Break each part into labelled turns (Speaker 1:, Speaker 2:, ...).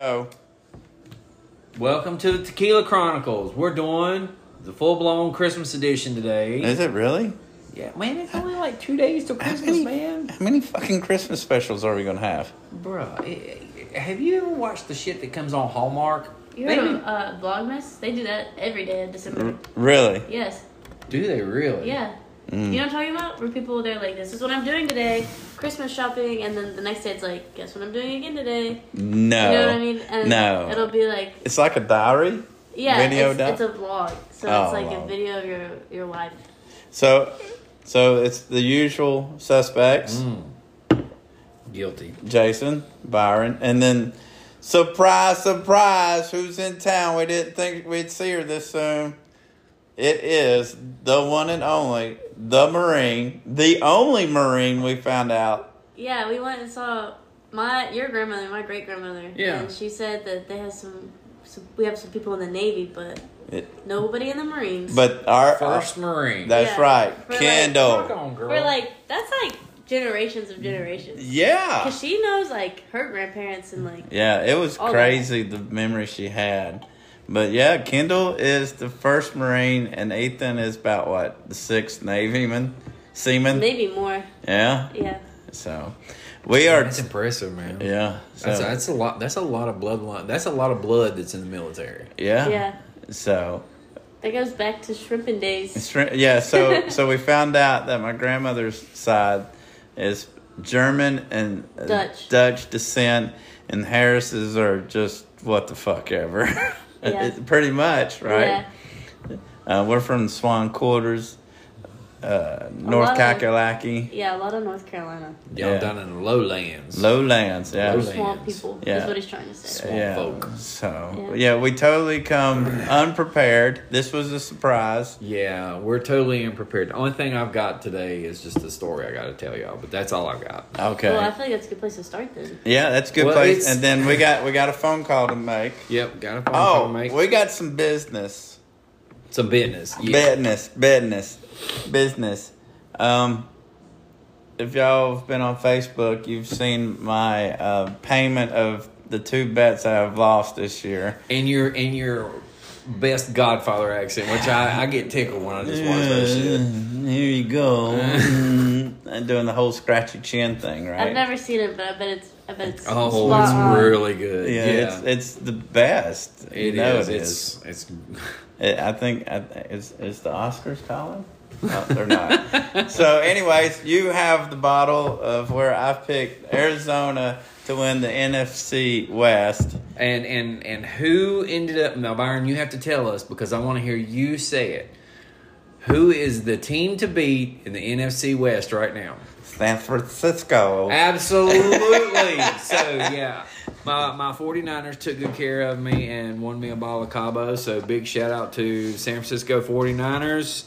Speaker 1: Oh,
Speaker 2: Welcome to the Tequila Chronicles. We're doing the full blown Christmas edition today.
Speaker 1: is it really?
Speaker 2: Yeah, man, it's only like two days till
Speaker 1: How
Speaker 2: Christmas,
Speaker 1: many,
Speaker 2: man.
Speaker 1: how many fucking Christmas specials are we gonna have?
Speaker 2: Bruh, eh, eh, have you ever watched the shit that comes on Hallmark?
Speaker 3: You
Speaker 2: They
Speaker 3: heard of uh, Vlogmas? They do that every day in
Speaker 1: Mm-hmm.
Speaker 3: December.
Speaker 1: Really?
Speaker 3: Yes.
Speaker 2: Do they really?
Speaker 3: Yeah.
Speaker 1: Mm.
Speaker 3: You know what I'm talking about? Where people they're like, "This is what I'm doing today, Christmas shopping," and then the next day it's like, "Guess what I'm doing again today?"
Speaker 1: No.
Speaker 3: You know what I mean? And
Speaker 1: no.
Speaker 3: It'll be like,
Speaker 1: it's like a diary.
Speaker 3: yeah,
Speaker 1: Video
Speaker 3: it's,
Speaker 1: doc-
Speaker 3: it's a vlog, so
Speaker 1: Oh,
Speaker 3: it's like
Speaker 1: wow.
Speaker 3: a video of your your life.
Speaker 1: So, so it's the usual suspects:
Speaker 2: Guilty.
Speaker 1: Jason, Byron, and then surprise, surprise, who's in town? We didn't think we'd see her this soon. It is the one and only, the Marine, the only Marine we found out.
Speaker 3: Yeah, we went and saw my your grandmother, my great grandmother.
Speaker 2: Yeah.
Speaker 3: and she said that they have some, some, we have some people in the Navy, but
Speaker 1: It-
Speaker 3: nobody in the Marines.
Speaker 1: but our
Speaker 2: First Marine.
Speaker 1: that's
Speaker 3: Yeah.
Speaker 1: right,
Speaker 3: We're like,
Speaker 1: Kendall.
Speaker 2: Rock on, girl.
Speaker 3: we're like, that's like generations of generations.
Speaker 1: Yeah.
Speaker 3: Cause she knows like her grandparents and like
Speaker 1: Yeah, it was
Speaker 3: All that.
Speaker 1: crazy the memory she had. But yeah, Kendall is the first Marine and Ethan is about what, the sixth Navy man? Seaman?
Speaker 3: maybe more.
Speaker 1: Yeah.
Speaker 3: Yeah.
Speaker 1: So we are
Speaker 4: That's impressive, man.
Speaker 1: Yeah. So
Speaker 4: That's, that's a lot. That's a lot of bloodline. That's a lot of blood that's in the military.
Speaker 1: yeah.
Speaker 3: Yeah.
Speaker 1: So
Speaker 3: That goes back to shrimping days.
Speaker 1: it's re- yeah, so so we found out that my grandmother's side is German and uh,
Speaker 3: Dutch.
Speaker 1: Dutch descent and Harris's are just what the fuck ever.
Speaker 3: Yeah.
Speaker 1: It- pretty much, right?
Speaker 3: Yeah.
Speaker 1: Uh, we're from Swan Quarters, uh, North
Speaker 3: lot of-
Speaker 1: Kakalaki,
Speaker 3: Yeah, a lot of North Carolina.
Speaker 4: Y'all
Speaker 1: Yeah.
Speaker 4: down in the lowlands.
Speaker 1: Lowlands. Yeah.
Speaker 3: We're
Speaker 4: Lowlands.
Speaker 3: swamp people.
Speaker 1: Yeah.
Speaker 3: Is what he's trying to say.
Speaker 4: Swamp
Speaker 1: yeah.
Speaker 4: folk.
Speaker 1: So
Speaker 3: Yeah.
Speaker 1: yeah. we totally come unprepared. This was a surprise.
Speaker 4: yeah, we're totally unprepared. The only thing I've got today is just a story I got to tell y'all, but that's all I've got.
Speaker 1: Okay.
Speaker 3: Well, I feel like that's a good place to start then.
Speaker 1: yeah, that's a good
Speaker 4: Well,
Speaker 1: place.
Speaker 4: it's-
Speaker 1: And then we got we got a phone call to make.
Speaker 4: Yep, got a phone
Speaker 1: Oh,
Speaker 4: call, mate.
Speaker 1: we got some business,
Speaker 4: Some business. Yeah.
Speaker 1: business, business, business. Um, if y'all have been on Facebook, you've seen my uh, payment of the two bets I've lost this year.
Speaker 4: in your in your best Godfather accent, which I, I get tickled when I just watch that shit.
Speaker 1: Here you go. and doing the whole scratchy chin thing, right?
Speaker 3: I've never seen it, but I bet it's I bet it's
Speaker 4: Oh,
Speaker 3: spot
Speaker 4: it's
Speaker 3: on.
Speaker 4: really good.
Speaker 1: yeah,
Speaker 4: Yeah,
Speaker 1: it's it's the best. you
Speaker 4: It
Speaker 1: know
Speaker 4: is.
Speaker 1: it
Speaker 4: it's,
Speaker 1: is.
Speaker 4: It's.
Speaker 1: It, I think I, it's it's the Oscars, Colin. No, they're not. so, anyways, you have the bottle of where I picked Arizona to win the NFC West.
Speaker 4: And and and who ended up now, Byron? You have to tell us because I want to hear you say it. Who is the team to beat in the NFC West right now?
Speaker 1: San Francisco.
Speaker 4: Absolutely. so yeah. My my 49ers took good care of me and won me a ball of Cabo. So big shout out to San Francisco 49ers.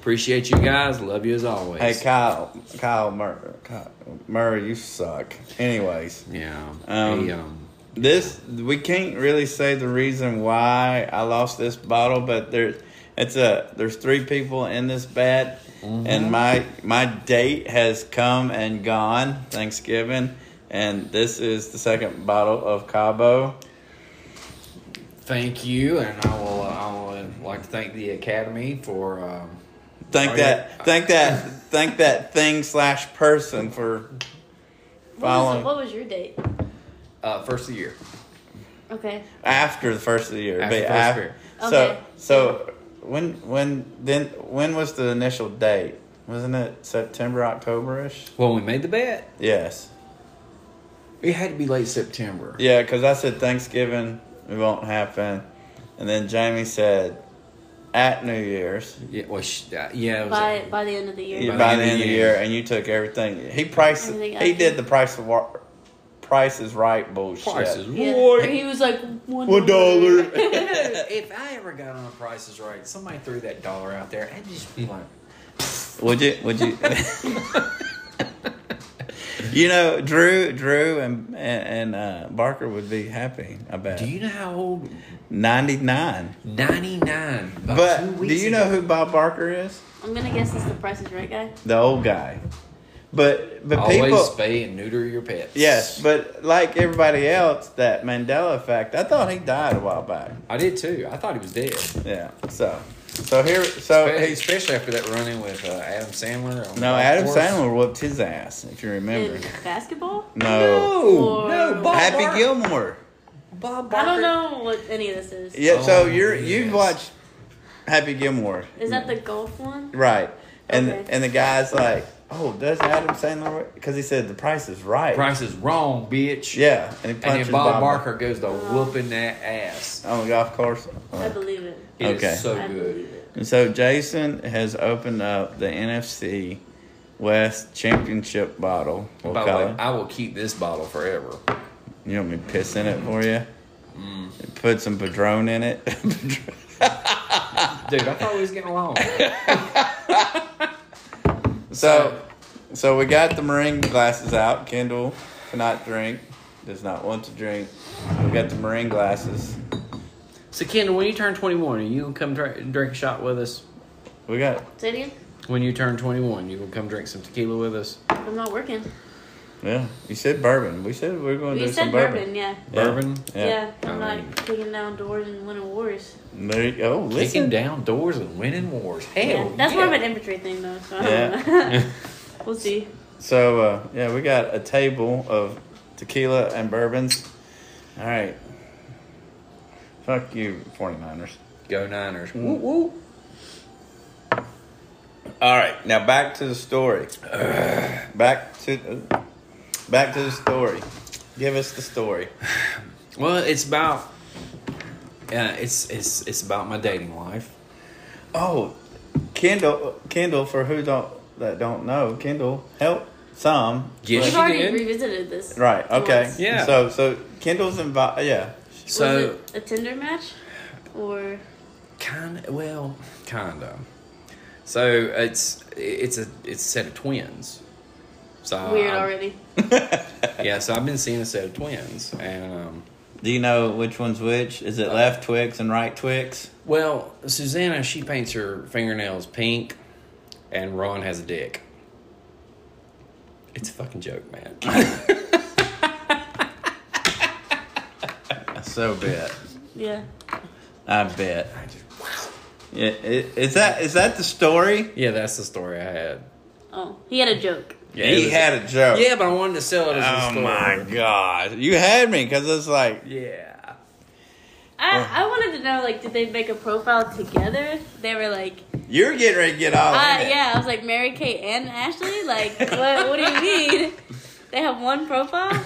Speaker 4: Appreciate you guys. Love you as always.
Speaker 1: Hey, Kyle, Kyle Murray, Kyle Murray, you suck. Anyways.
Speaker 4: yeah.
Speaker 1: Um,
Speaker 4: Hey, um,
Speaker 1: This we can't really say the reason why I lost this bottle, but there, it's a there's three people in this bet,
Speaker 4: Mm-hmm.
Speaker 1: and my my date has come and gone Thanksgiving, and this is the second bottle of Cabo.
Speaker 4: thank you, and I will. Uh, I would like to thank the Academy for. Um,
Speaker 1: Thank
Speaker 4: Oh,
Speaker 1: that,
Speaker 4: yeah.
Speaker 1: thank that, thank that thing slash person for
Speaker 3: What was,
Speaker 1: following
Speaker 3: it- what was your date?
Speaker 4: uh, first of the year.
Speaker 3: Okay.
Speaker 1: after the first of the year.
Speaker 4: After
Speaker 1: but
Speaker 4: the first
Speaker 1: af-
Speaker 4: year.
Speaker 1: So
Speaker 3: Okay.
Speaker 1: so when when then when was the initial date? Wasn't it September October ish?
Speaker 4: Well, we made the bet.
Speaker 1: Yes.
Speaker 4: It had to be late September.
Speaker 1: Yeah, because I said Thanksgiving it won't happen, and then Jamie said at New Year's
Speaker 4: Yeah. Well, sh- uh, yeah. It was,
Speaker 3: By by the end of the year.
Speaker 1: by,
Speaker 4: Yeah.
Speaker 1: the end of the year, and you took everything. He priced.
Speaker 3: Everything
Speaker 1: he
Speaker 3: I-
Speaker 1: did the price of wa- price is right bullshit.
Speaker 4: Price is
Speaker 3: Yeah.
Speaker 4: right.
Speaker 3: He was like one,
Speaker 1: One dollar.
Speaker 4: if I ever got on a Price is Right, somebody threw that dollar out there, I'd just be like,
Speaker 1: Would you? Would you? you know, Drew, Drew, and and, and uh, Barker would be happy. I bet
Speaker 4: "Do you know how old?
Speaker 1: ninety nine.
Speaker 4: Ninety nine.
Speaker 1: But do you know who Bob Barker is?
Speaker 3: I'm gonna guess it's the Price is Right guy.
Speaker 1: The old guy. But but
Speaker 4: Always
Speaker 1: people
Speaker 4: spay and neuter your pets.
Speaker 1: Yes, but like everybody else, that Mandela effect. I thought he died a while back.
Speaker 4: I did too. I thought he was dead.
Speaker 1: Yeah. So, so here, so
Speaker 4: Especially, especially after that run in with uh, Adam Sandler. on the
Speaker 1: no,
Speaker 4: golf
Speaker 1: Adam
Speaker 4: course.
Speaker 1: Sandler whooped his ass if you remember.
Speaker 3: In basketball?
Speaker 1: No,
Speaker 4: No,
Speaker 3: Or-
Speaker 4: no, Bob
Speaker 1: Happy
Speaker 4: Barker.
Speaker 1: Gilmore.
Speaker 4: Bob
Speaker 3: I
Speaker 4: Barker.
Speaker 3: don't know what any of this is.
Speaker 1: Yeah.
Speaker 4: Oh,
Speaker 1: so you're you've
Speaker 4: yes.
Speaker 1: watched Happy Gilmore,
Speaker 3: Is that the golf one?
Speaker 1: right? And
Speaker 3: Okay.
Speaker 1: and the guy's like, oh, does Adam Sandler? Because he said the price is right.
Speaker 4: Price is wrong, bitch.
Speaker 1: Yeah, and he
Speaker 4: And
Speaker 1: punches
Speaker 4: then Bob,
Speaker 1: Barker
Speaker 4: Barker goes to whooping that ass.
Speaker 1: on the golf course. Oh,
Speaker 3: I believe it.
Speaker 4: It is
Speaker 1: Okay.
Speaker 4: so
Speaker 3: I
Speaker 4: good.
Speaker 3: believe it.
Speaker 1: And so Jason has opened up the NFC West Championship bottle. We'll
Speaker 4: By the
Speaker 1: call
Speaker 4: way,
Speaker 1: it.
Speaker 4: I will keep this bottle forever.
Speaker 1: You want me to piss in it for you? Put some Padron in it. Padron.
Speaker 4: Dude, I thought we was getting along.
Speaker 1: so, so we got the marine glasses out. Kendall cannot drink, does not want to drink. We got the marine glasses.
Speaker 2: So, Kendall, when you turn 21, are you going to come dr- drink a shot with us?
Speaker 1: We got
Speaker 3: Say it again.
Speaker 2: When you turn 21, you going to come drink some tequila with us?
Speaker 3: I'm not working.
Speaker 1: yeah. You said bourbon. We said we were going to
Speaker 3: You
Speaker 1: do some
Speaker 3: said
Speaker 1: bourbon.
Speaker 3: bourbon, yeah.
Speaker 1: Yeah.
Speaker 4: Bourbon?
Speaker 1: Yeah.
Speaker 3: Yeah, I'm
Speaker 4: I mean-
Speaker 3: not kicking down doors and winning wars.
Speaker 1: There you go.
Speaker 4: Kicking
Speaker 1: Listen.
Speaker 4: down doors and winning wars. Hell,
Speaker 3: Yeah, that's
Speaker 4: yeah.
Speaker 3: more of an infantry thing, though. So I don't know. we'll see.
Speaker 1: So uh, yeah, we got a table of tequila and bourbons. All right. Fuck you, 49ers.
Speaker 4: Go Niners. Woo woo.
Speaker 1: All right, now back to the story. back to back to the story. Give us the story.
Speaker 4: Well, it's about. Uh, it's it's it's about my dating life.
Speaker 1: Oh, Kendall, Kendall, for who don't that don't know, Kendall, help some.
Speaker 4: Yes,
Speaker 3: We've
Speaker 4: she
Speaker 3: already
Speaker 4: did.
Speaker 3: revisited this.
Speaker 1: Right. Okay.
Speaker 3: once.
Speaker 4: Yeah.
Speaker 1: So so Kendall's involved. Yeah.
Speaker 4: So
Speaker 3: was it a Tinder match, or
Speaker 4: kind of well kind of so it's it's a it's a set of twins so
Speaker 3: weird
Speaker 4: I-
Speaker 3: already?
Speaker 4: yeah so i've been seeing a set of twins and um
Speaker 1: Do you know which one's which? Is it left Twix and right Twix?
Speaker 4: well susanna she paints her fingernails pink and ron has a dick it's a fucking joke man
Speaker 1: So bet.
Speaker 3: Yeah.
Speaker 1: I bet. Yeah, i- is that is that the story?
Speaker 4: yeah that's the story i had
Speaker 3: Oh, he had a joke.
Speaker 4: yeah, it
Speaker 1: he
Speaker 4: was-
Speaker 1: had a joke.
Speaker 4: yeah but i wanted to sell it as a
Speaker 1: Oh
Speaker 4: story
Speaker 1: my god, you had me because it's like
Speaker 4: yeah
Speaker 3: I, I wanted to know like, did they make a profile together? They were like,
Speaker 1: you're getting ready to get all
Speaker 3: uh,
Speaker 1: in it.
Speaker 3: yeah. I was like, Mary Kate and Ashley. Like, what? What do you mean? They have one profile.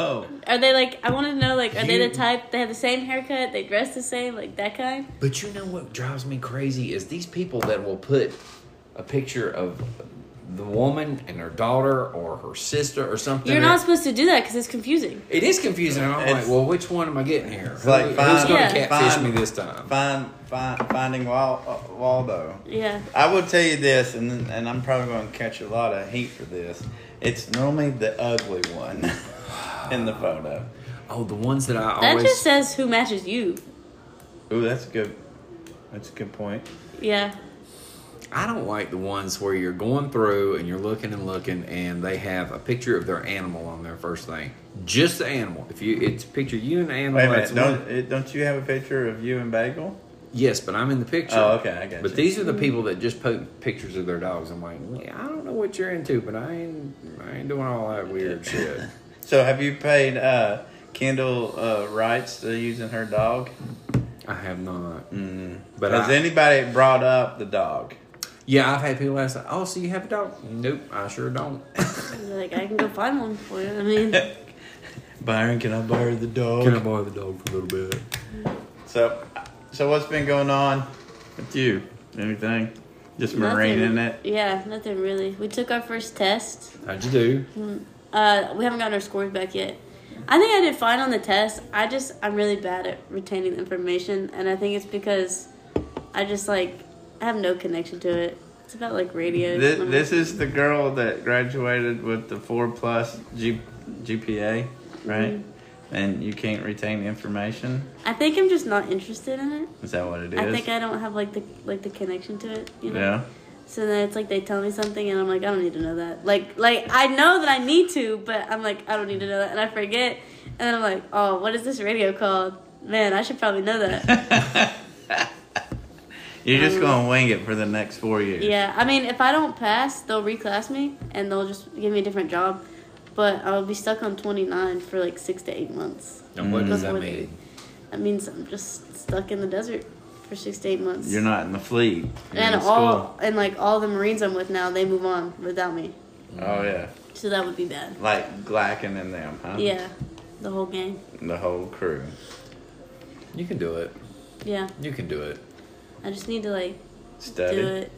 Speaker 1: Oh,
Speaker 3: Are they like? I want to know. Like, are they
Speaker 4: You-
Speaker 3: the type? They have the same haircut. They dress the same. Like that kind.
Speaker 4: But you know what drives me crazy is these people that will put a picture of the woman and her daughter or her sister or something.
Speaker 3: You're not supposed to do that because it's confusing.
Speaker 4: It is confusing. and I'm
Speaker 1: It's-
Speaker 4: like, well, which one am I getting here? Who-
Speaker 1: like
Speaker 4: who's
Speaker 1: find-
Speaker 4: going to
Speaker 3: Yeah.
Speaker 4: catfish
Speaker 1: find-
Speaker 4: me this time?
Speaker 1: find, find finding Wal, uh, Waldo.
Speaker 3: Yeah.
Speaker 1: I will tell you this, and and I'm probably going to catch a lot of heat for this. It's normally the ugly one in the photo.
Speaker 4: Oh, the ones that I
Speaker 3: That
Speaker 4: always.
Speaker 3: just says who matches you.
Speaker 1: Ooh, that's good. That's a good point.
Speaker 3: Yeah.
Speaker 4: I don't like the ones where you're going through and you're looking and looking and they have a picture of their animal on their first thing. Just the animal. If you, it's picture you and the animal.
Speaker 1: Wait a
Speaker 4: that's
Speaker 1: minute,
Speaker 4: one-
Speaker 1: don't it- don't you have a picture of you and Bagel?
Speaker 4: Yes, but I'm in the picture.
Speaker 1: Oh, okay, I got
Speaker 4: But
Speaker 1: you.
Speaker 4: these are the people that just post pictures of their dogs. I'm like, "Well, I don't know what you're into, but I ain't, I ain't doing all that weird shit.
Speaker 1: So have you paid uh, Kendall uh, rights to using her dog?
Speaker 4: I have not. But
Speaker 1: Mm-hmm. Has
Speaker 4: I,
Speaker 1: anybody brought up the dog?
Speaker 4: yeah, I've had people ask, like, "Oh, so you have a dog?" Nope, I sure don't.
Speaker 3: Like I can go find one for you. I mean,
Speaker 1: Byron, can I borrow the dog?
Speaker 4: borrow the dog for a little bit?
Speaker 1: so, so what's been going on with you? Anything? Just marine
Speaker 3: nothing-
Speaker 1: in it?
Speaker 3: Yeah, nothing really. We took our first test.
Speaker 4: How'd you do?
Speaker 3: Uh, we haven't gotten our scores back yet. I think I did fine on the test. I just I'm really bad at retaining information, and I think it's because I just like I have no connection to it. It's about like radio.
Speaker 1: This, this is the girl that graduated with the four plus G, GPA, right?
Speaker 3: Mm-hmm.
Speaker 1: And you can't retain the information.
Speaker 3: I think I'm just not interested in it.
Speaker 1: Is that what it is?
Speaker 3: I think I don't have like the like the connection to it. You know.
Speaker 1: yeah.
Speaker 3: So then it's like they tell me something and I'm like, I don't need to know that. Like like I know that I need to, but I'm like, I don't need to know that and I forget. And then I'm like, oh, what is this radio called? Man, I should probably know that.
Speaker 1: You're just going to wing it for the next four years.
Speaker 3: yeah. I mean if I don't pass, they'll reclass me and they'll just give me a different job. But I'll be stuck on twenty nine for like six to eight months.
Speaker 4: And what does
Speaker 3: Before
Speaker 4: that
Speaker 3: they-
Speaker 4: mean?
Speaker 3: That means I'm just stuck in the desert for six to eight months.
Speaker 1: You're not in the fleet. You're
Speaker 3: and
Speaker 1: in
Speaker 3: all and like all the Marines I'm with now, they move on without me.
Speaker 1: school. Oh,
Speaker 3: Mm.
Speaker 1: yeah.
Speaker 3: So that would be bad.
Speaker 1: Like Glacken and them, huh?
Speaker 3: Yeah, the whole gang.
Speaker 1: The whole crew.
Speaker 4: You can do it.
Speaker 3: Yeah,
Speaker 4: You can do it.
Speaker 3: I just need to like
Speaker 1: Study.
Speaker 3: do it.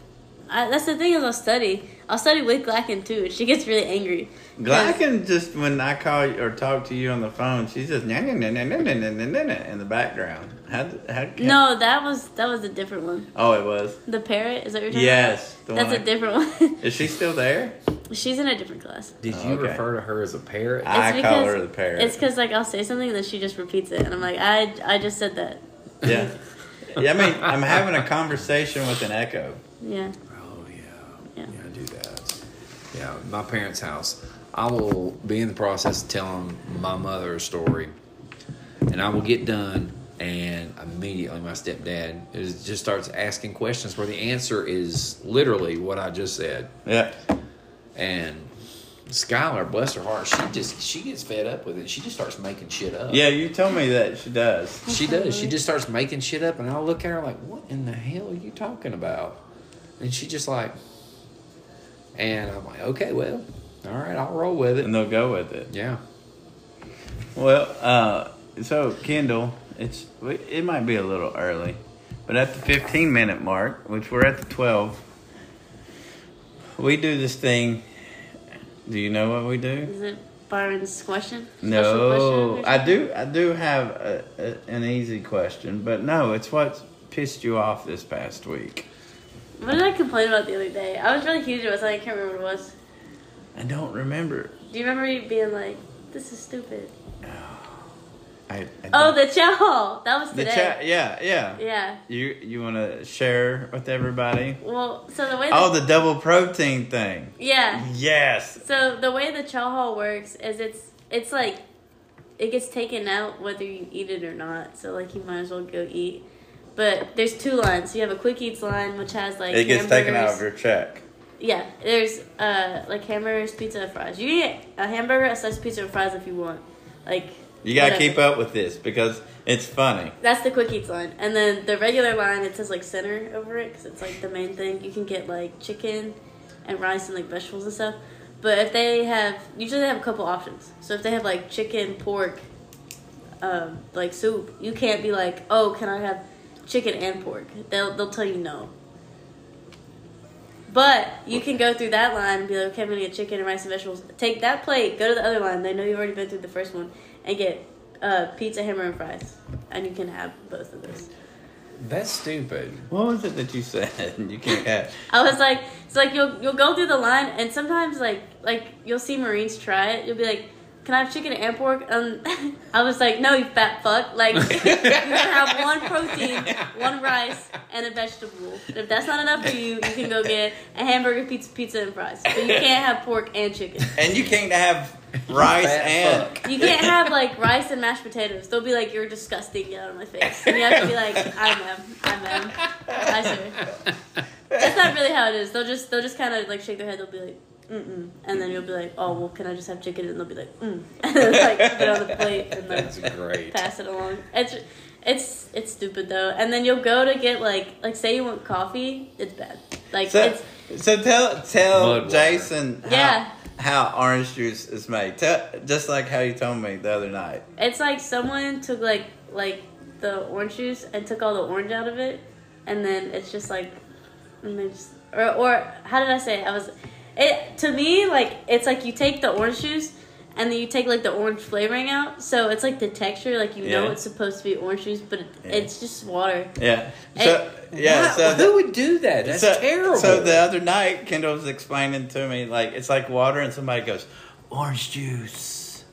Speaker 3: I, that's the thing is I'll study. I'll study with Glacken too. and She gets really angry. 'Cause-
Speaker 1: Glacken just when I call you or talk to you on the phone, she says "Nya, nya, nya, nya, nya, nya, nya, nya," in the background. How, d- how can,
Speaker 3: No, that was that was a different one.
Speaker 1: Oh, it was.
Speaker 3: The parrot is that what you're talking
Speaker 1: Yes. the
Speaker 3: about? That's
Speaker 1: one
Speaker 3: a
Speaker 1: I-
Speaker 3: different one.
Speaker 1: Is she still there?
Speaker 3: She's in a different class.
Speaker 4: Did
Speaker 1: Oh,
Speaker 4: you
Speaker 1: okay.
Speaker 4: refer to her as a parrot?
Speaker 1: I
Speaker 3: It's
Speaker 1: call
Speaker 3: because-
Speaker 1: her the parrot.
Speaker 3: It's because like I'll say something and then she just repeats it, and I'm like, I I just said that.
Speaker 1: yeah. Yeah, I mean, I'm having a conversation with an echo.
Speaker 3: Yeah.
Speaker 4: Oh yeah.
Speaker 3: Yeah.
Speaker 4: yeah, I do that. Yeah, my parents' house. I will be in the process of telling my mother a story, and I will get done, and immediately my stepdad is, just starts asking questions where the answer is literally what I just said,
Speaker 1: Yeah.
Speaker 4: and. Skylar, bless her heart, she just she gets fed up with it. She just starts making shit up.
Speaker 1: Yeah, you told me that she does.
Speaker 4: She does. She just starts making shit up, and I look at her like, "What in the hell are you talking about?" And she just like, and I'm like, "Okay, well, all right, I'll roll with
Speaker 1: And
Speaker 4: it."
Speaker 1: they'll go with it.
Speaker 4: Yeah,
Speaker 1: Well, uh, so Kendall, it's it might be a little early, but at the 15 minute mark, which we're at the 12, we do this thing. Do you know what we do?
Speaker 3: Is it Byron's question? Special question
Speaker 1: No,
Speaker 3: or
Speaker 1: I do. I do have a, a, an easy question, but no, it's what pissed you off this past week.
Speaker 3: What did I complain about the other day? I was really huge about something. I can't remember what it was.
Speaker 1: I don't remember.
Speaker 3: Do you remember you being like, "This is stupid"?
Speaker 1: I, I don't-
Speaker 3: Oh, the chow hall. That was
Speaker 1: the
Speaker 3: today.
Speaker 1: chat. Yeah, yeah.
Speaker 3: Yeah.
Speaker 1: You you want to share with everybody?
Speaker 3: Well, so the way.
Speaker 1: Oh, the Mhm. double protein thing.
Speaker 3: yeah.
Speaker 1: Yes.
Speaker 3: So the way the chow hall works is it's it's like it gets taken out whether you eat it or not. So like you might as well go eat. But there's two lines. You have a quick eats line, which has like
Speaker 1: It gets taken out
Speaker 3: hamburgers.
Speaker 1: of your check.
Speaker 3: Yeah, there's uh like hamburgers, pizza, and fries. You can get a hamburger, a slice of pizza, and fries if you want. Like
Speaker 1: You gotta
Speaker 3: whatever.
Speaker 1: keep up with this because it's funny.
Speaker 3: That's the quick eats line, and then the regular line it says like center over it because it's like the main thing. You can get like chicken and rice and like vegetables and stuff. But if they have, usually they have a couple options. So if they have like chicken, pork, um, like soup, you can't be like, oh, can I have chicken and pork? They'll they'll tell you no. But you can go through that line and be like, okay, I'm gonna get chicken and rice and vegetables. Take that plate, go to the other line. They know you've already been through the first one, and get uh, pizza, hammer, and fries, and you can have both of those.
Speaker 4: that's stupid.
Speaker 1: What was it that you said? You can't have.
Speaker 3: I was like, it's like you'll you'll go through the line, and sometimes like like you'll see Marines try it. You'll be like, "Can I have chicken and pork?" Um, I was like, "No, you fat fuck! Like you can have one protein, one rice, and a vegetable. And if that's not enough for you, you can go get a hamburger, pizza, pizza, and fries. But you can't have pork and chicken.
Speaker 1: And you can't have rice
Speaker 4: Fat
Speaker 1: and.
Speaker 3: You can't have like rice and mashed potatoes. They'll be like, "You're disgusting! Get out of my face!" And you have to be like, "I am, I am, I sir." That's not really how it is. They'll just they'll just kind of like shake their head. They'll be like, "Mm mm," and then you'll be like, "Oh well, can I just have chicken?" And they'll be like, "Mm," and then like put it on the plate and then
Speaker 4: That's great.
Speaker 3: pass it along. It's it's it's stupid though. And then you'll go to get like like say you want coffee. It's bad. Like
Speaker 1: So,
Speaker 3: it's
Speaker 1: so tell tell
Speaker 4: Mud water.
Speaker 1: Jason how,
Speaker 3: Yeah.
Speaker 1: how orange juice is made. Tell, just like how you told me the other night.
Speaker 3: It's like someone took like like the orange juice and took all the orange out of it, and then it's just like, and they just or or how did I say it? I was, it to me like it's like you take the orange juice. And then you take like the orange flavoring out, so it's like the texture, like you know
Speaker 1: Yeah.
Speaker 3: it's supposed to be orange juice, but it,
Speaker 1: Yeah.
Speaker 3: it's just water.
Speaker 1: Yeah. So yeah.
Speaker 4: Why-
Speaker 1: so
Speaker 4: who would do that? That's
Speaker 1: so,
Speaker 4: terrible.
Speaker 1: So the other night, Kendall was explaining to me like it's like water, and somebody goes, "Orange juice,"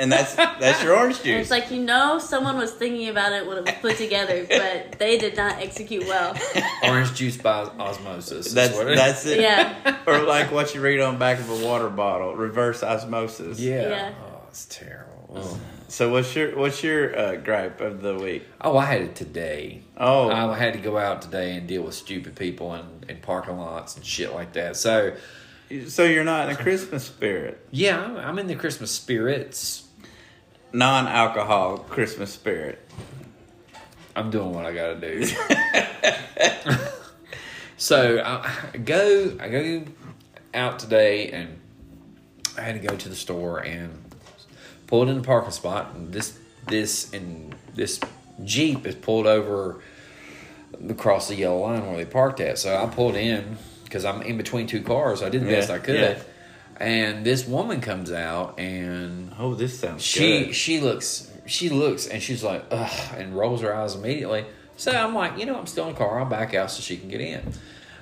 Speaker 1: and that's that's your orange
Speaker 3: And
Speaker 1: juice.
Speaker 3: it's like you know someone was thinking about it when it was put together, but they did not execute well.
Speaker 4: Orange juice by osmosis. is
Speaker 1: that's
Speaker 4: what it-
Speaker 1: that's it.
Speaker 3: Yeah.
Speaker 1: Or like what you read on the back of a water bottle, reverse osmosis.
Speaker 4: Yeah.
Speaker 3: Yeah.
Speaker 4: Oh, it's terrible. Oh.
Speaker 1: So what's your what's your uh, gripe of the week?
Speaker 4: Oh, I had it today.
Speaker 1: Oh,
Speaker 4: I had to go out today and deal with stupid people and in parking lots and shit like that. So,
Speaker 1: so you're not in the Christmas spirit,
Speaker 4: yeah, I'm- I'm in the Christmas spirits.
Speaker 1: non-alcohol Christmas spirit.
Speaker 4: I'm doing what I gotta do. so I I go, I go out today, and I had to go to the store and pulled in a parking spot, and this, this, and this Jeep is pulled over across the yellow line where they parked at. So I pulled in because I'm in between two cars. I did the
Speaker 1: Yeah,
Speaker 4: best I could,
Speaker 1: yeah.
Speaker 4: and this woman comes out and
Speaker 1: Oh, this sounds
Speaker 4: she
Speaker 1: good.
Speaker 4: she looks she looks and she's like ugh and rolls her eyes immediately so i'm like you know i'm still in the car i'll back out so she can get in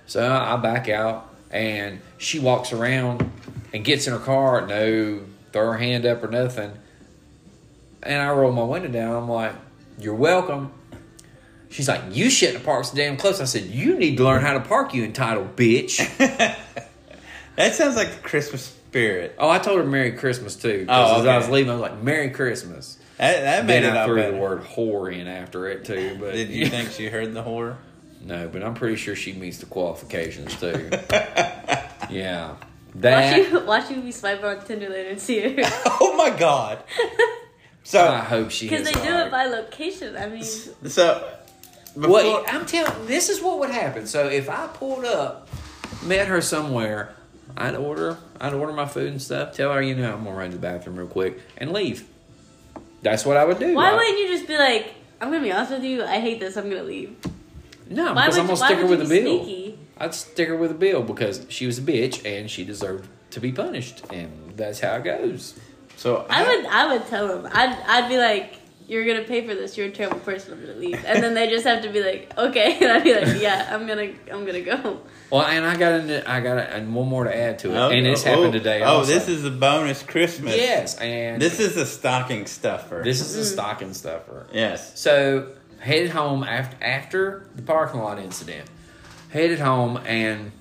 Speaker 4: so i back out and she walks around and gets in her car no throw her hand up or nothing and i roll my window down i'm like you're welcome she's like you shouldn't have parked so damn close i said you need to learn how to park you entitled bitch
Speaker 1: That sounds like the Christmas spirit.
Speaker 4: oh i told her merry christmas too 'cause
Speaker 1: Oh,
Speaker 4: as i was
Speaker 1: okay.
Speaker 4: leaving i was like merry christmas
Speaker 1: That, that made
Speaker 4: then
Speaker 1: it
Speaker 4: I
Speaker 1: up.
Speaker 4: threw the word whore in after it too. But
Speaker 1: Did you think she heard the horror?
Speaker 4: No, but I'm pretty sure she meets the qualifications too. yeah,
Speaker 3: Watch
Speaker 4: that.
Speaker 3: you, watch you be swiping on Tinder later and see her.
Speaker 1: Oh my god. So
Speaker 4: I hope she.
Speaker 3: Because
Speaker 4: is
Speaker 3: they do
Speaker 4: like-
Speaker 3: it by location. I mean,
Speaker 1: so before,
Speaker 4: Well, I'm telling. This is what would happen. So if I pulled up, met her somewhere, I'd order. I'd order my food and stuff. Tell her, you know, I'm gonna run to the bathroom real quick and leave. That's what I would do.
Speaker 3: why
Speaker 4: I-
Speaker 3: wouldn't you just be like, I'm gonna be honest with you, I hate this, I'm gonna leave.
Speaker 4: No,
Speaker 3: Why
Speaker 4: because I'm gonna
Speaker 3: would, you- why
Speaker 4: stick her
Speaker 3: would
Speaker 4: with
Speaker 3: you
Speaker 4: a
Speaker 3: be
Speaker 4: bill.
Speaker 3: sneaky?
Speaker 4: I'd stick her with a bill because she was a bitch and she deserved to be punished, and that's how it goes.
Speaker 1: so
Speaker 3: I would, I would tell them. I'd, I'd be like, you're gonna pay for this. You're a terrible person. I'm gonna leave. And then they just have to be like, okay. And I'd be like, yeah, I'm gonna, I'm gonna go.
Speaker 4: Well, and I got into, I got a, and one more to add to it, and this
Speaker 1: oh,
Speaker 4: happened
Speaker 1: oh,
Speaker 4: today.
Speaker 1: Oh,
Speaker 4: also.
Speaker 1: this is the bonus Christmas.
Speaker 4: yes, and
Speaker 1: This is Mm. the stocking stuffer.
Speaker 4: this is the stocking stuffer.
Speaker 1: yes.
Speaker 4: So headed home after after the parking lot incident. Headed home and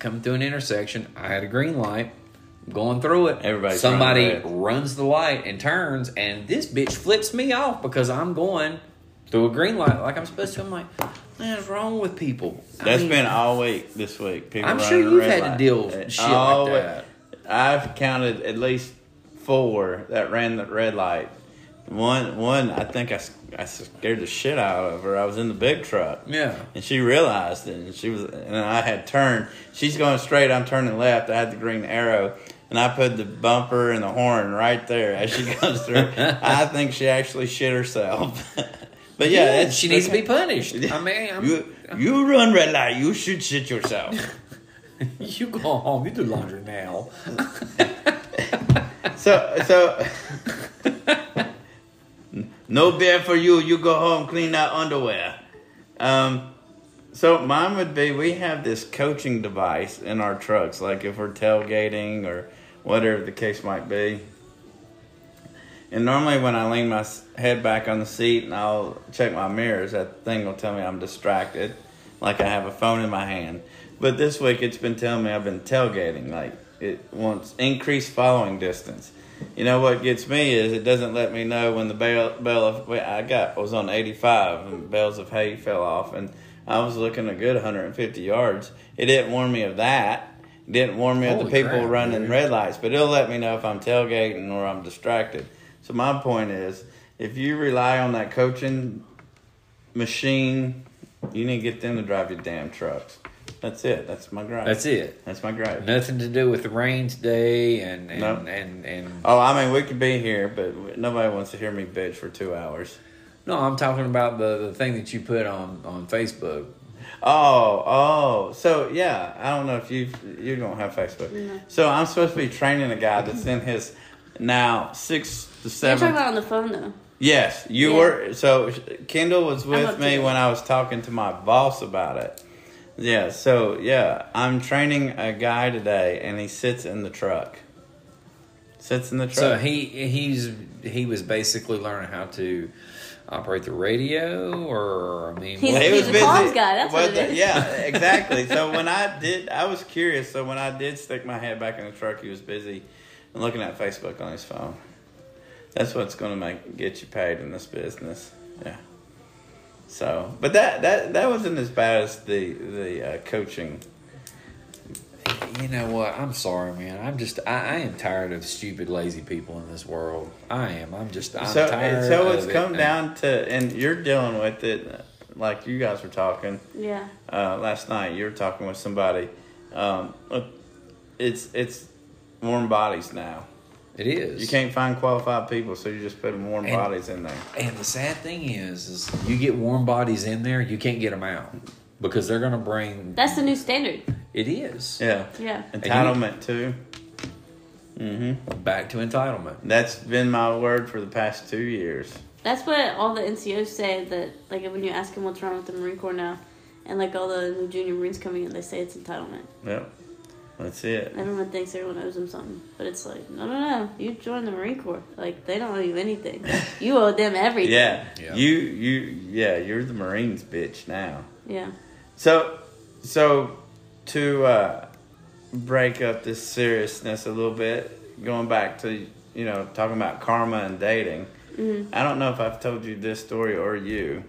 Speaker 4: come through an intersection. I had a green light. Going through it,
Speaker 1: Everybody's
Speaker 4: somebody
Speaker 1: running red.
Speaker 4: runs the light and turns, and this bitch flips me off because I'm going through a green light like I'm supposed to. I'm like, what is wrong with people? I
Speaker 1: That's
Speaker 4: mean,
Speaker 1: been all week this week. People
Speaker 4: I'm
Speaker 1: running
Speaker 4: sure
Speaker 1: the
Speaker 4: you've
Speaker 1: red
Speaker 4: had to
Speaker 1: light. Uh,
Speaker 4: deal with shit like
Speaker 1: All week.
Speaker 4: that.
Speaker 1: I've counted at least four that ran the red light. One, one, I think I, s- I scared the shit out of her. I was in the big truck.
Speaker 4: yeah.
Speaker 1: And she realized it, and she was, and I had turned. She's going straight. I'm turning left. I had the green arrow, and I put the bumper and the horn right there as she goes through. I think she actually shit herself. but yeah,
Speaker 4: Yeah,
Speaker 1: it's-
Speaker 4: she needs to be punished. I mean, I'm, you,
Speaker 1: You, you run red light. You should shit yourself.
Speaker 4: go home. You do laundry now.
Speaker 1: so so. No bed for you. You go home, clean that underwear. Um, So mine would be we have this coaching device in our trucks, like if we're tailgating or whatever the case might be. And normally when I lean my s- head back on the seat and I'll check my mirrors, that thing will tell me I'm distracted, like I have a phone in my hand. But this week it's been telling me I've been tailgating, like it wants increased following distance. You know what gets me is it doesn't let me know when the bell bell of, well, I got was on 85 and bales of hay fell off and I was looking a good 150 yards. It didn't warn me of that. It didn't warn me of the
Speaker 4: Holy
Speaker 1: people
Speaker 4: crap,
Speaker 1: running
Speaker 4: dude.
Speaker 1: red lights, but it'll let me know if I'm tailgating or I'm distracted. So my point is, if you rely on that coaching machine, you need to get them to drive your damn trucks. That's it. That's my gripe.
Speaker 4: That's it.
Speaker 1: That's my gripe.
Speaker 4: Nothing to do with the rain today, and and
Speaker 1: No.
Speaker 4: and, and
Speaker 1: Oh, I mean, we could be here, but nobody wants to hear me bitch for two hours.
Speaker 4: no, I'm talking about the, the thing that you put on on Facebook.
Speaker 1: Oh, oh. So yeah, I don't know if you you don't have Facebook. So I'm supposed to be training a guy that's in his now six to
Speaker 3: You're talking
Speaker 1: seven.
Speaker 3: about on the phone though.
Speaker 1: yes, you
Speaker 3: Yeah.
Speaker 1: were. So Kendall was
Speaker 3: up
Speaker 1: with
Speaker 3: to
Speaker 1: me
Speaker 3: date.
Speaker 1: when I was talking to my boss about it. Yeah. So yeah, I'm training a guy today, and he sits in the truck. Sits in the truck.
Speaker 4: So he he's he was basically learning how to operate the radio, or I mean,
Speaker 3: He's-
Speaker 4: what-
Speaker 1: Well, he was
Speaker 3: a
Speaker 1: busy.
Speaker 3: comms guy, that's what it
Speaker 1: the-
Speaker 3: is.
Speaker 1: Yeah, exactly. so when I did, I was curious. So when I did stick my head back in the truck, he was busy and looking at Facebook on his phone. That's what's going to make get you paid in this business. Yeah. So, but that that that wasn't as bad as the the uh, coaching.
Speaker 4: you know what? I'm sorry, man. I'm just I, I am tired of stupid, lazy people in this world. I am. I'm just I'm
Speaker 1: so
Speaker 4: tired.
Speaker 1: so it's
Speaker 4: of it.
Speaker 1: come down to, and you're dealing with it, like you guys were talking.
Speaker 3: Yeah.
Speaker 1: uh, last night. You were talking with somebody. Um, look, it's it's warm bodies now.
Speaker 4: It is.
Speaker 1: You can't find qualified people, so you just put warm
Speaker 4: And-
Speaker 1: bodies in there.
Speaker 4: And the sad thing is, is you get warm bodies in there, you can't get them out because they're gonna bring.
Speaker 3: That's the new standard.
Speaker 4: It is
Speaker 1: Yeah,
Speaker 3: Yeah.
Speaker 1: entitlement too. Mm-hmm.
Speaker 4: back to entitlement.
Speaker 1: That's been my word for the past two years.
Speaker 3: That's what all the NCOs say that, like, when you ask them what's wrong with the Marine Corps now, and, like, all the new junior Marines coming in, they say it's entitlement.
Speaker 1: Yep, that's it.
Speaker 3: Everyone thinks everyone owes them something. But it's like, no, no, no. You joined the Marine Corps. Like, they don't owe you anything. You owe them everything.
Speaker 1: Yeah,
Speaker 4: Yeah.
Speaker 1: you you yeah, you're the Marines bitch now.
Speaker 3: Yeah.
Speaker 1: So, so to uh, break up this seriousness a little bit, going back to you know talking about karma and dating. I don't know if I've told you this story or you,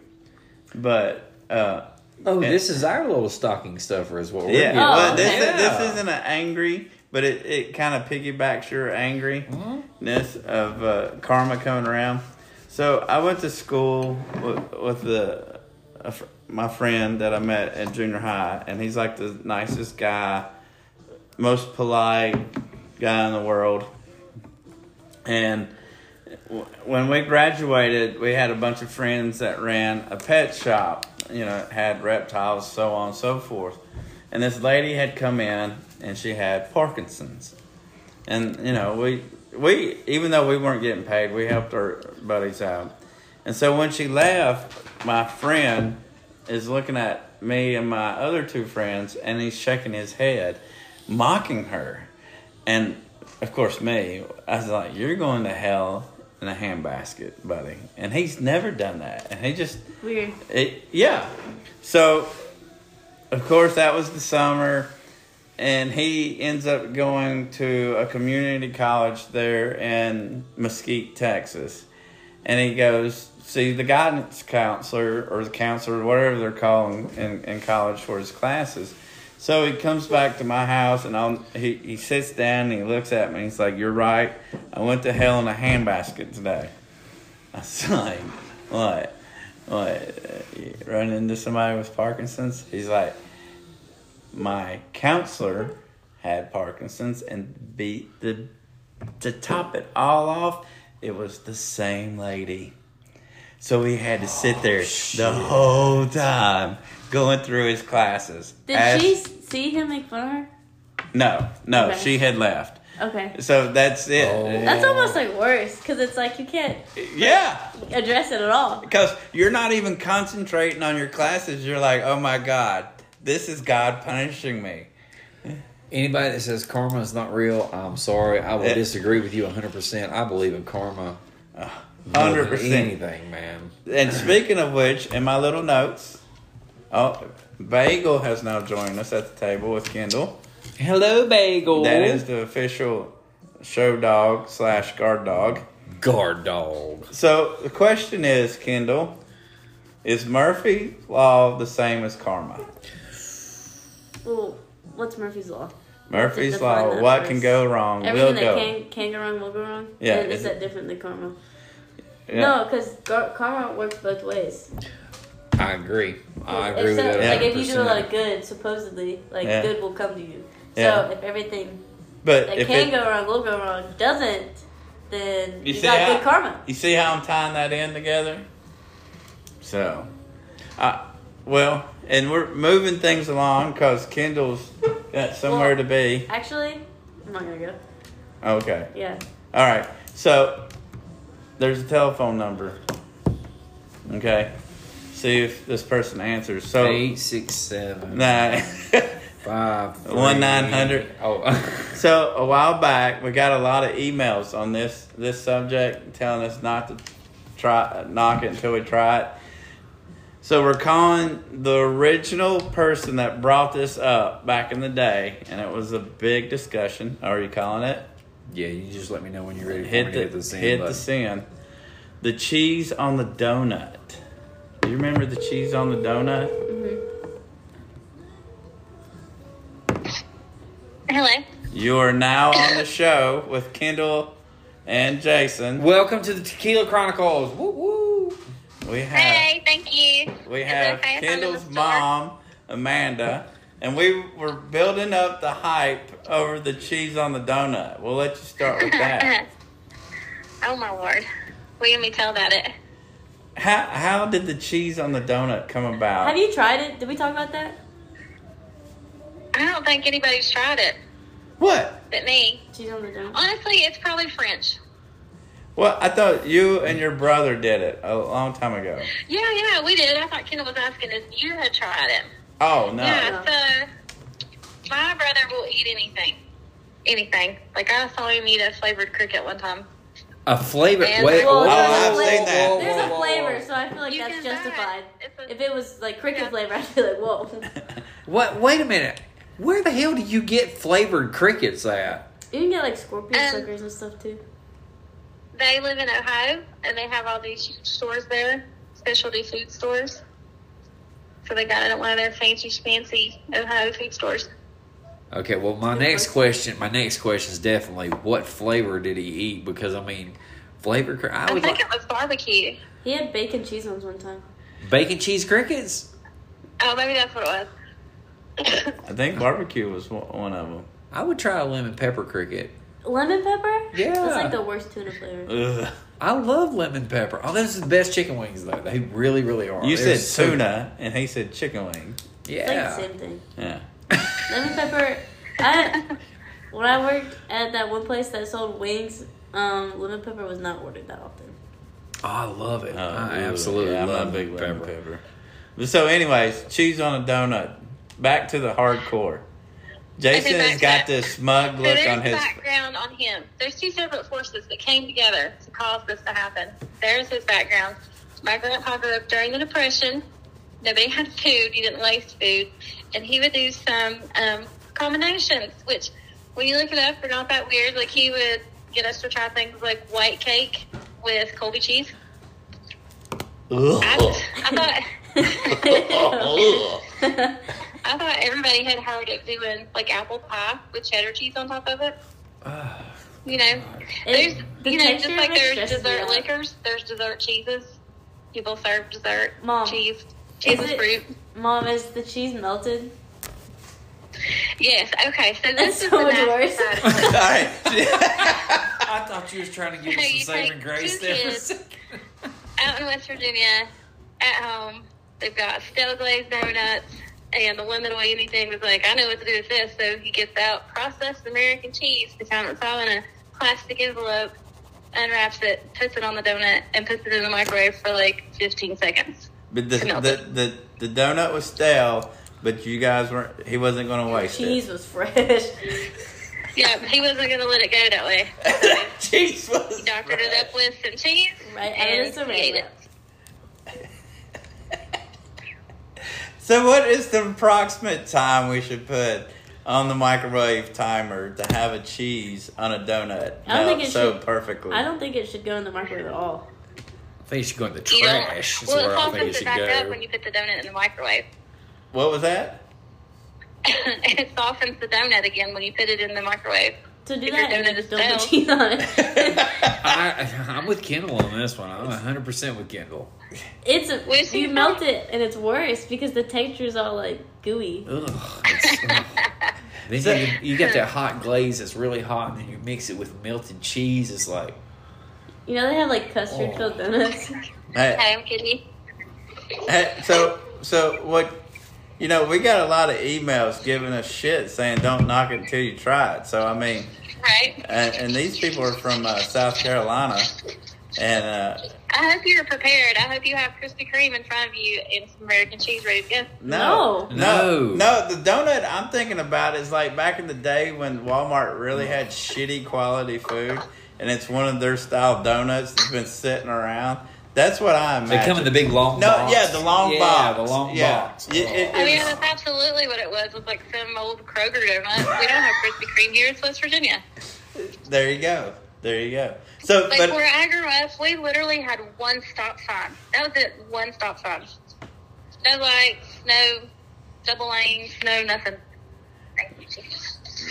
Speaker 1: but uh,
Speaker 4: Oh,
Speaker 1: And-
Speaker 4: this is our little stocking stuffer, is what we're
Speaker 1: yeah,
Speaker 4: doing.
Speaker 3: Oh,
Speaker 1: well, this,
Speaker 3: okay.
Speaker 1: this isn't an angry, but it, it kind of piggybacks your angryness of uh, karma coming around. So I went to school with, with the a fr- my friend that I met in junior high, and he's like the nicest guy, most polite guy in the world. And w- when we graduated, we had a bunch of friends that ran a pet shop. You know, had reptiles, so on and so forth. And this lady had come in, and she had Parkinson's. And you know, we we even though we weren't getting paid, we helped our buddies out. And so when she left, my friend is looking at me and my other two friends, and he's shaking his head, mocking her. And of course, me, I was like, "You're going to hell in a handbasket, buddy." And he's never done that, and he just
Speaker 3: Weird.
Speaker 1: it, Eh, yeah. So, of course, that was the summer, and he ends up going to a community college there in Mesquite, Texas, and he goes see the guidance counselor or the counselor, whatever they're calling in, in college for his classes. So he comes back to my house and I'll, he, he sits down and he looks at me and he's like, You're right. I went to hell in a handbasket today. I was like, what? What? You run into somebody with Parkinson's? He's like, my counselor had Parkinson's and beat the, to top it all off, it was the same lady. So he had to sit there the whole time going through his classes.
Speaker 3: Did
Speaker 1: As-
Speaker 3: she see him make fun
Speaker 1: No, no,
Speaker 3: Okay.
Speaker 1: she had left.
Speaker 3: of her? Okay.
Speaker 1: So that's it.
Speaker 4: Oh.
Speaker 3: That's almost like worse because it's like you can't
Speaker 1: Yeah.
Speaker 3: address it at all.
Speaker 1: Because you're not even concentrating on your classes. You're like, oh my God, this is God punishing me.
Speaker 4: Anybody that says karma is not real, I'm sorry. I will
Speaker 1: Eh.
Speaker 4: disagree with you 100%. I believe in karma. more than
Speaker 1: 100%.
Speaker 4: Anything, man.
Speaker 1: And speaking of which, in my little notes, oh, Bagel has now joined us at the table with Kendall.
Speaker 4: Hello, bagel.
Speaker 1: That is the official show dog slash guard dog.
Speaker 4: guard dog.
Speaker 1: So the question is, Kendall, is Murphy law the same as karma?
Speaker 3: Well, what's Murphy's law?
Speaker 1: Murphy's
Speaker 3: Define
Speaker 1: law,
Speaker 3: that
Speaker 1: what
Speaker 3: first.
Speaker 1: can go wrong
Speaker 3: Everything
Speaker 1: will
Speaker 3: that
Speaker 1: go.
Speaker 3: can can go wrong will go wrong.
Speaker 1: Yeah,
Speaker 3: And is,
Speaker 1: is it-
Speaker 3: that different than karma?
Speaker 1: Yeah.
Speaker 3: No, because gar- karma works both ways.
Speaker 4: I agree. I agree
Speaker 3: if
Speaker 4: with
Speaker 3: so,
Speaker 4: that.
Speaker 3: Like if you do a
Speaker 4: 100%.
Speaker 3: lot of good, supposedly, like
Speaker 1: Yeah.
Speaker 3: good will come to you. So
Speaker 1: Yeah.
Speaker 3: if everything
Speaker 1: but
Speaker 3: that
Speaker 1: if
Speaker 3: can
Speaker 1: it-
Speaker 3: go wrong will go wrong doesn't, then
Speaker 1: You
Speaker 3: you,
Speaker 1: see
Speaker 3: got
Speaker 1: how-
Speaker 3: good karma.
Speaker 1: You see how I'm tying that in together? So, uh, well, and we're moving things along because Kendall's got somewhere to be.
Speaker 3: Actually, I'm not gonna go.
Speaker 1: Okay.
Speaker 3: Yeah.
Speaker 1: All right. So, there's a telephone number. Okay. See if this person answers. So,
Speaker 4: Eight six seven.
Speaker 1: nah.
Speaker 4: Five. three-
Speaker 1: One nine hundred.
Speaker 4: Oh.
Speaker 1: So a while back, we got a lot of emails on this this subject, telling us not to try knock it until we try it. So we're calling the original person that brought this up back in the day, and it was a big discussion. Are you calling it?
Speaker 4: yeah, you just let me know when you're ready. for me
Speaker 1: Hit
Speaker 4: to
Speaker 1: the,
Speaker 4: hit the scene.
Speaker 1: hit the
Speaker 4: button.
Speaker 1: sin. The cheese on the donut. Do you remember the cheese on the donut?
Speaker 5: Hello.
Speaker 1: You are now on the show with Kendall and Jason.
Speaker 2: Welcome to the Tequila Chronicles. Woo woo.
Speaker 1: We have.
Speaker 5: Hey, thank you.
Speaker 1: We
Speaker 5: Is it
Speaker 1: have
Speaker 5: okay if I'm in the
Speaker 1: Kendall's
Speaker 5: store?
Speaker 1: mom, Amanda, and we were building up the hype over the cheese on the donut. We'll let you start with that.
Speaker 5: oh my lord. Will you let me tell about it?
Speaker 1: how how did the cheese on the donut come about?
Speaker 3: Have you tried it? Did we talk about that?
Speaker 5: I don't think anybody's tried it
Speaker 1: what?
Speaker 5: but me.
Speaker 3: Cheese on the donut.
Speaker 5: Honestly, it's probably French.
Speaker 1: Well, I thought you and your brother did it a long time ago.
Speaker 5: Yeah, yeah, we did. I thought Kendall was asking if you had tried it.
Speaker 1: Oh no.
Speaker 5: Yeah, so my brother will eat anything. Anything. Like I saw him eat a flavored cricket one time.
Speaker 4: A flavor.
Speaker 5: And-
Speaker 4: wait.
Speaker 5: Well,
Speaker 4: wait,
Speaker 1: Oh,
Speaker 3: there's a
Speaker 1: I've
Speaker 3: flavor-
Speaker 1: seen that.
Speaker 4: whoa,
Speaker 3: There's
Speaker 4: whoa,
Speaker 3: a
Speaker 4: whoa,
Speaker 3: flavor,
Speaker 4: whoa.
Speaker 3: so I feel like
Speaker 5: You
Speaker 3: that's
Speaker 5: can buy it.
Speaker 3: justified.
Speaker 5: It's a-
Speaker 3: If it was like cricket
Speaker 5: Yeah.
Speaker 3: flavor, I'd be like, whoa.
Speaker 4: What? Wait a minute. Where the hell do you get flavored crickets at?
Speaker 3: You can get like scorpion
Speaker 5: Um,
Speaker 3: suckers and stuff too.
Speaker 5: They live in Ohio and they have all these huge stores there, specialty food stores. So they got it at one of their fancy, fancy Ohio food stores.
Speaker 4: Okay. Well, my next question. My next question is definitely what flavor did he eat? Because I mean, flavored. cri- I
Speaker 5: I
Speaker 4: would
Speaker 5: think
Speaker 4: like
Speaker 5: it was barbecue.
Speaker 3: He had bacon cheese ones one time.
Speaker 4: bacon cheese crickets.
Speaker 5: Oh, maybe that's what it was.
Speaker 1: I think barbecue was one- one of them.
Speaker 4: I would try a lemon pepper cricket.
Speaker 3: Lemon pepper?
Speaker 4: Yeah.
Speaker 3: That's like the worst tuna flavor.
Speaker 1: Ugh.
Speaker 4: I love lemon pepper. Oh, those are the best chicken wings though. They really, really are.
Speaker 1: You
Speaker 4: They're
Speaker 1: said
Speaker 4: so-
Speaker 1: tuna, and he said chicken wing.
Speaker 3: It's like
Speaker 4: Yeah.
Speaker 3: the same thing.
Speaker 1: Yeah.
Speaker 3: Lemon pepper. I, when I worked at that one place that sold wings, um, lemon pepper was not ordered that often.
Speaker 4: Oh, I love it.
Speaker 1: Oh,
Speaker 4: I
Speaker 1: ooh,
Speaker 4: absolutely
Speaker 1: yeah, I'm not
Speaker 4: love
Speaker 1: a big
Speaker 4: lemon
Speaker 1: lemon
Speaker 4: pepper.
Speaker 1: pepper. But So, anyways, cheese on a donut. Back to the hardcore. Jason
Speaker 5: Okay,
Speaker 1: has got
Speaker 5: back to-
Speaker 1: this smug
Speaker 5: so
Speaker 1: look
Speaker 5: there's
Speaker 1: on his.
Speaker 5: background on him. There's two separate forces that came together to cause this to happen. There's his background. My grandpa grew up during the Depression. Nobody had food. He didn't waste food. And he would do some um, combinations, which, when you look it up, are not that weird. Like, he would get us to try things like white cake with Colby cheese. I,
Speaker 1: Ugh.
Speaker 5: I thought...
Speaker 1: Ugh.
Speaker 5: I thought everybody had heard of doing like apple pie with cheddar cheese on top of it.
Speaker 4: Ah.
Speaker 5: you know, there's
Speaker 3: the
Speaker 5: you know just
Speaker 3: texture
Speaker 5: like
Speaker 3: of it
Speaker 5: there's
Speaker 3: stresses me
Speaker 5: dessert
Speaker 3: out.
Speaker 5: liquors, there's dessert cheeses. People serve dessert
Speaker 3: Mom,
Speaker 5: cheese, cheese with
Speaker 3: it-
Speaker 5: fruit.
Speaker 3: Mom, is the cheese melted?
Speaker 5: Yes. Okay. So this
Speaker 3: That's
Speaker 5: is
Speaker 3: so
Speaker 5: the
Speaker 3: much
Speaker 5: nasty
Speaker 3: worse.
Speaker 5: side of
Speaker 1: All
Speaker 5: it.
Speaker 1: right.
Speaker 4: I thought you was trying to give
Speaker 5: us some You saving take grace two there for a kids. out in West Virginia, at home, they've got stale glazed donuts, and the woman away anything was like, I know what to do with this. So he gets out processed American cheese, the kind that's all in a plastic envelope, unwraps it, puts it on the donut, and puts it in the microwave for like 15 seconds.
Speaker 1: but the, the the the donut was stale, but you guys weren't. He wasn't going to waste
Speaker 3: Cheese was fresh.
Speaker 5: Yeah, he wasn't going to let it go that way.
Speaker 1: it. cheese was.
Speaker 5: He doctored it up with some cheese.
Speaker 3: Right out
Speaker 5: and
Speaker 3: of the
Speaker 5: he ate
Speaker 3: saran
Speaker 5: it.
Speaker 3: wrap.
Speaker 1: So, what is the approximate time we should put on the microwave timer to have a cheese on a donut
Speaker 3: I don't think
Speaker 1: melt
Speaker 3: it
Speaker 1: so
Speaker 3: should-
Speaker 1: perfectly?
Speaker 3: I don't think it should go in the microwave at all.
Speaker 4: I think it should go in the
Speaker 5: You don't-
Speaker 4: trash. Is
Speaker 5: well,
Speaker 4: where
Speaker 5: it
Speaker 4: I think it
Speaker 5: softens it
Speaker 4: should
Speaker 5: back up
Speaker 4: go.
Speaker 5: when you put the donut in the microwave.
Speaker 1: What was that?
Speaker 5: it softens the donut again when you put it in the microwave.
Speaker 3: To do
Speaker 5: If
Speaker 3: that,
Speaker 5: you're
Speaker 3: and
Speaker 5: doing
Speaker 3: then
Speaker 5: it
Speaker 3: just don't put
Speaker 5: stale.
Speaker 3: cheese on it.
Speaker 4: I, I'm with Kendall on this one. I'm 100 percent with Kendall.
Speaker 3: it's a,
Speaker 5: Where's
Speaker 3: you
Speaker 5: your-
Speaker 3: melt it and it's worse because the texture is all like gooey.
Speaker 4: Ugh. it's- ugh. Then you, you got that
Speaker 5: hmm.
Speaker 4: hot glaze that's really hot, and then you mix it with melted cheese. It's like
Speaker 3: You know they have like custard
Speaker 4: Oh.
Speaker 3: filled donuts.
Speaker 1: Hey,
Speaker 5: Hey, I'm kidding.
Speaker 1: Hey, so so what you know we got a lot of emails giving us shit saying don't knock it until you try it so i mean
Speaker 5: Right?
Speaker 1: and, and these people are from uh, south carolina and uh,
Speaker 5: I hope you're prepared. I hope you have Krispy Kreme in front of you and some American cheese ready to go.
Speaker 1: No.
Speaker 4: No.
Speaker 1: No. No, the donut I'm thinking about is like back in the day when Walmart really had shitty quality food and it's one of their style donuts that's been sitting around. That's what I imagine.
Speaker 4: They come in the big long
Speaker 1: No,
Speaker 4: box.
Speaker 1: yeah, the long
Speaker 4: yeah,
Speaker 1: box.
Speaker 4: the long
Speaker 1: yeah.
Speaker 4: box.
Speaker 1: It- it
Speaker 5: I mean,
Speaker 1: is-
Speaker 5: that's absolutely what it was. It was like some old Kroger donut. We don't have Krispy Kreme here. It's West Virginia.
Speaker 1: there you go. There you go. So,
Speaker 5: Like
Speaker 1: but
Speaker 5: where I grew up, we literally had one stop sign. That was it. One stop sign. No lights. No double lanes. No nothing.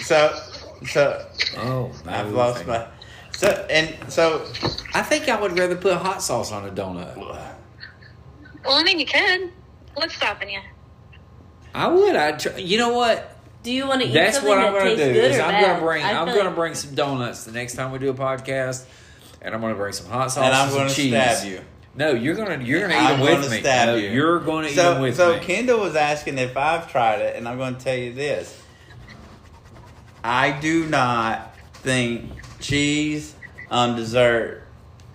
Speaker 1: so, so
Speaker 4: Oh,
Speaker 1: I've
Speaker 4: no,
Speaker 1: lost
Speaker 4: thank-
Speaker 1: my. So and so.
Speaker 4: I think I would rather put hot sauce on a donut.
Speaker 5: Well, I mean, you could. What's stopping you?
Speaker 4: I would. I tr- you know what?
Speaker 3: Do you want to eat
Speaker 4: That's
Speaker 3: something
Speaker 4: what I'm
Speaker 3: that
Speaker 4: gonna do.
Speaker 3: tastes good
Speaker 4: Is
Speaker 3: or
Speaker 4: I'm
Speaker 3: bad?
Speaker 4: gonna bring.
Speaker 3: I
Speaker 4: I'm
Speaker 3: feel
Speaker 4: gonna
Speaker 3: like-
Speaker 4: bring some donuts the next time we do a podcast, and I'm gonna bring some hot sauce
Speaker 1: And I'm
Speaker 4: some
Speaker 1: gonna
Speaker 4: cheese.
Speaker 1: stab you.
Speaker 4: No, you're gonna you're gonna eat
Speaker 1: I'm
Speaker 4: them with
Speaker 1: gonna
Speaker 4: me.
Speaker 1: stab
Speaker 4: No,
Speaker 1: you.
Speaker 4: You're gonna eat
Speaker 1: So,
Speaker 4: them with
Speaker 1: so
Speaker 4: me.
Speaker 1: Kendall was asking if I've tried it, and I'm going to tell you this: I do not think cheese on dessert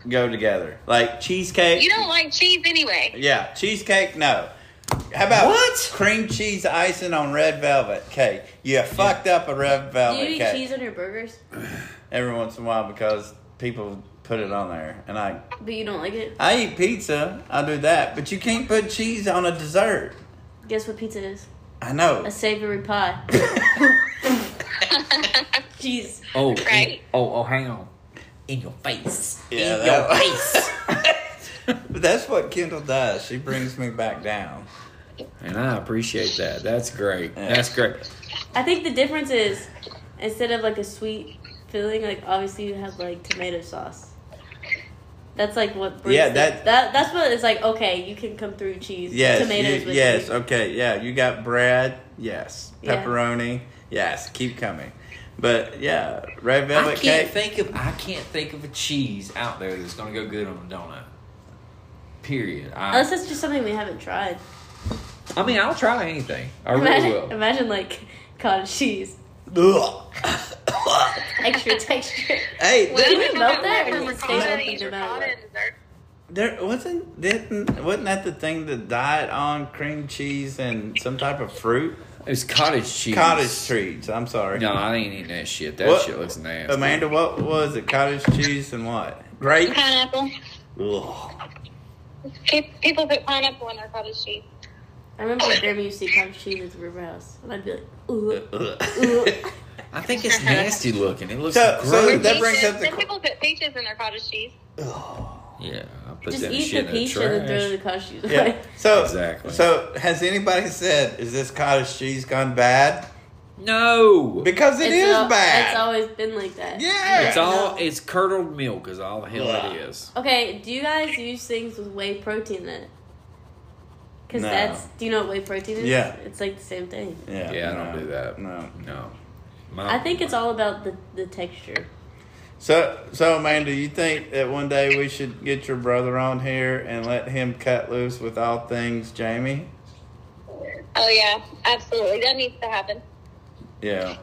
Speaker 1: go together. Like cheesecake,
Speaker 5: You don't like cheese anyway.
Speaker 1: yeah, cheesecake, no. How about
Speaker 4: What?
Speaker 1: cream cheese icing on red velvet cake? You fucked up a red
Speaker 3: Do
Speaker 1: velvet
Speaker 3: you eat
Speaker 1: cake
Speaker 3: cheese on your burgers,
Speaker 1: every once in a while because people put it on there, and I
Speaker 3: but you don't like it?
Speaker 1: I eat pizza, I do that, but you can't put cheese on a dessert.
Speaker 3: Guess what pizza is?
Speaker 1: I know.
Speaker 3: A savory pie. Cheese.
Speaker 4: oh,
Speaker 5: Right.
Speaker 4: in- oh, oh, hang on. In your face.
Speaker 1: Yeah,
Speaker 4: in
Speaker 1: that-
Speaker 4: your face.
Speaker 1: But that's what Kendall does. She brings me back down.
Speaker 4: and I appreciate that. That's great.
Speaker 1: Yeah.
Speaker 4: That's great.
Speaker 3: I think the difference is instead of like a sweet filling, like obviously you have like tomato sauce. That's like what brings
Speaker 1: Yeah,
Speaker 3: it-
Speaker 1: that-
Speaker 3: that that's what it's like. Okay, you can come through cheese,
Speaker 1: Yes.
Speaker 3: tomatoes.
Speaker 1: you-
Speaker 3: with
Speaker 1: yes.
Speaker 3: you.
Speaker 1: Okay. Yeah. You got bread. Yes.
Speaker 3: Yeah.
Speaker 1: Pepperoni. Yes. Keep coming. But yeah, red
Speaker 4: I
Speaker 1: velvet
Speaker 4: can't
Speaker 1: cake.
Speaker 4: think of I can't think of a cheese out there that's gonna go good on a donut. Period. I,
Speaker 3: Unless it's just something we haven't tried.
Speaker 4: I mean, I'll try anything. I really
Speaker 3: Imagine,
Speaker 4: will.
Speaker 3: imagine like cottage cheese,
Speaker 1: Ugh.
Speaker 3: extra texture.
Speaker 1: hey,
Speaker 5: Well,
Speaker 3: Did we
Speaker 5: I
Speaker 3: vote
Speaker 5: remember
Speaker 3: that or
Speaker 5: when
Speaker 3: did it
Speaker 5: ricotta-
Speaker 3: stay open
Speaker 5: eat
Speaker 3: no matter
Speaker 5: ricotta
Speaker 3: what?
Speaker 5: and dessert.
Speaker 1: there wasn't didn't wasn't that the thing that died on cream cheese and some type of fruit?
Speaker 4: It was cottage cheese.
Speaker 1: Cottage treats. I'm sorry.
Speaker 4: No, I ain't eating that shit. That
Speaker 1: What?
Speaker 4: shit looks nasty.
Speaker 1: Amanda, what was it? Cottage cheese and what? Grape.
Speaker 5: Pineapple.
Speaker 1: Ugh.
Speaker 5: Pe- People put pineapple in their cottage cheese.
Speaker 3: I remember when Jeremy used to eat cottage cheese at the river house, and I'd be like, ooh, ooh.
Speaker 1: Ugh.
Speaker 4: I think it's nasty looking. It looks
Speaker 1: So- so
Speaker 4: gross.
Speaker 1: that brings
Speaker 5: Peaches-
Speaker 1: up the
Speaker 5: Some
Speaker 1: que-
Speaker 5: people put peaches in their cottage cheese.
Speaker 4: yeah, I put
Speaker 3: Just
Speaker 4: that
Speaker 3: eat the
Speaker 4: shit in the
Speaker 3: peach and then throw the
Speaker 4: trash.
Speaker 3: cottage cheese away.
Speaker 1: Yeah. So
Speaker 4: Exactly.
Speaker 1: So has anybody said is this cottage cheese gone bad?
Speaker 4: No,
Speaker 1: Because
Speaker 3: It's
Speaker 1: it's
Speaker 3: al-
Speaker 1: bad.
Speaker 3: It's always been like that.
Speaker 1: yeah.
Speaker 4: it's all it's curdled milk is all the hell
Speaker 1: Ugh.
Speaker 4: it is.
Speaker 3: Okay, do you guys use things with whey protein in it? Because
Speaker 1: No.
Speaker 3: that's. Do you know what whey protein is?
Speaker 1: Yeah.
Speaker 3: It's like the same thing.
Speaker 1: yeah.
Speaker 4: Yeah, I don't do that.
Speaker 1: No.
Speaker 4: No, My-
Speaker 3: I think it's all about the, the texture.
Speaker 1: So so Amanda, you think that one day we should get your brother on here and let him cut loose with all things Jamie?
Speaker 5: Oh yeah, absolutely. That needs to happen.
Speaker 1: Yeah.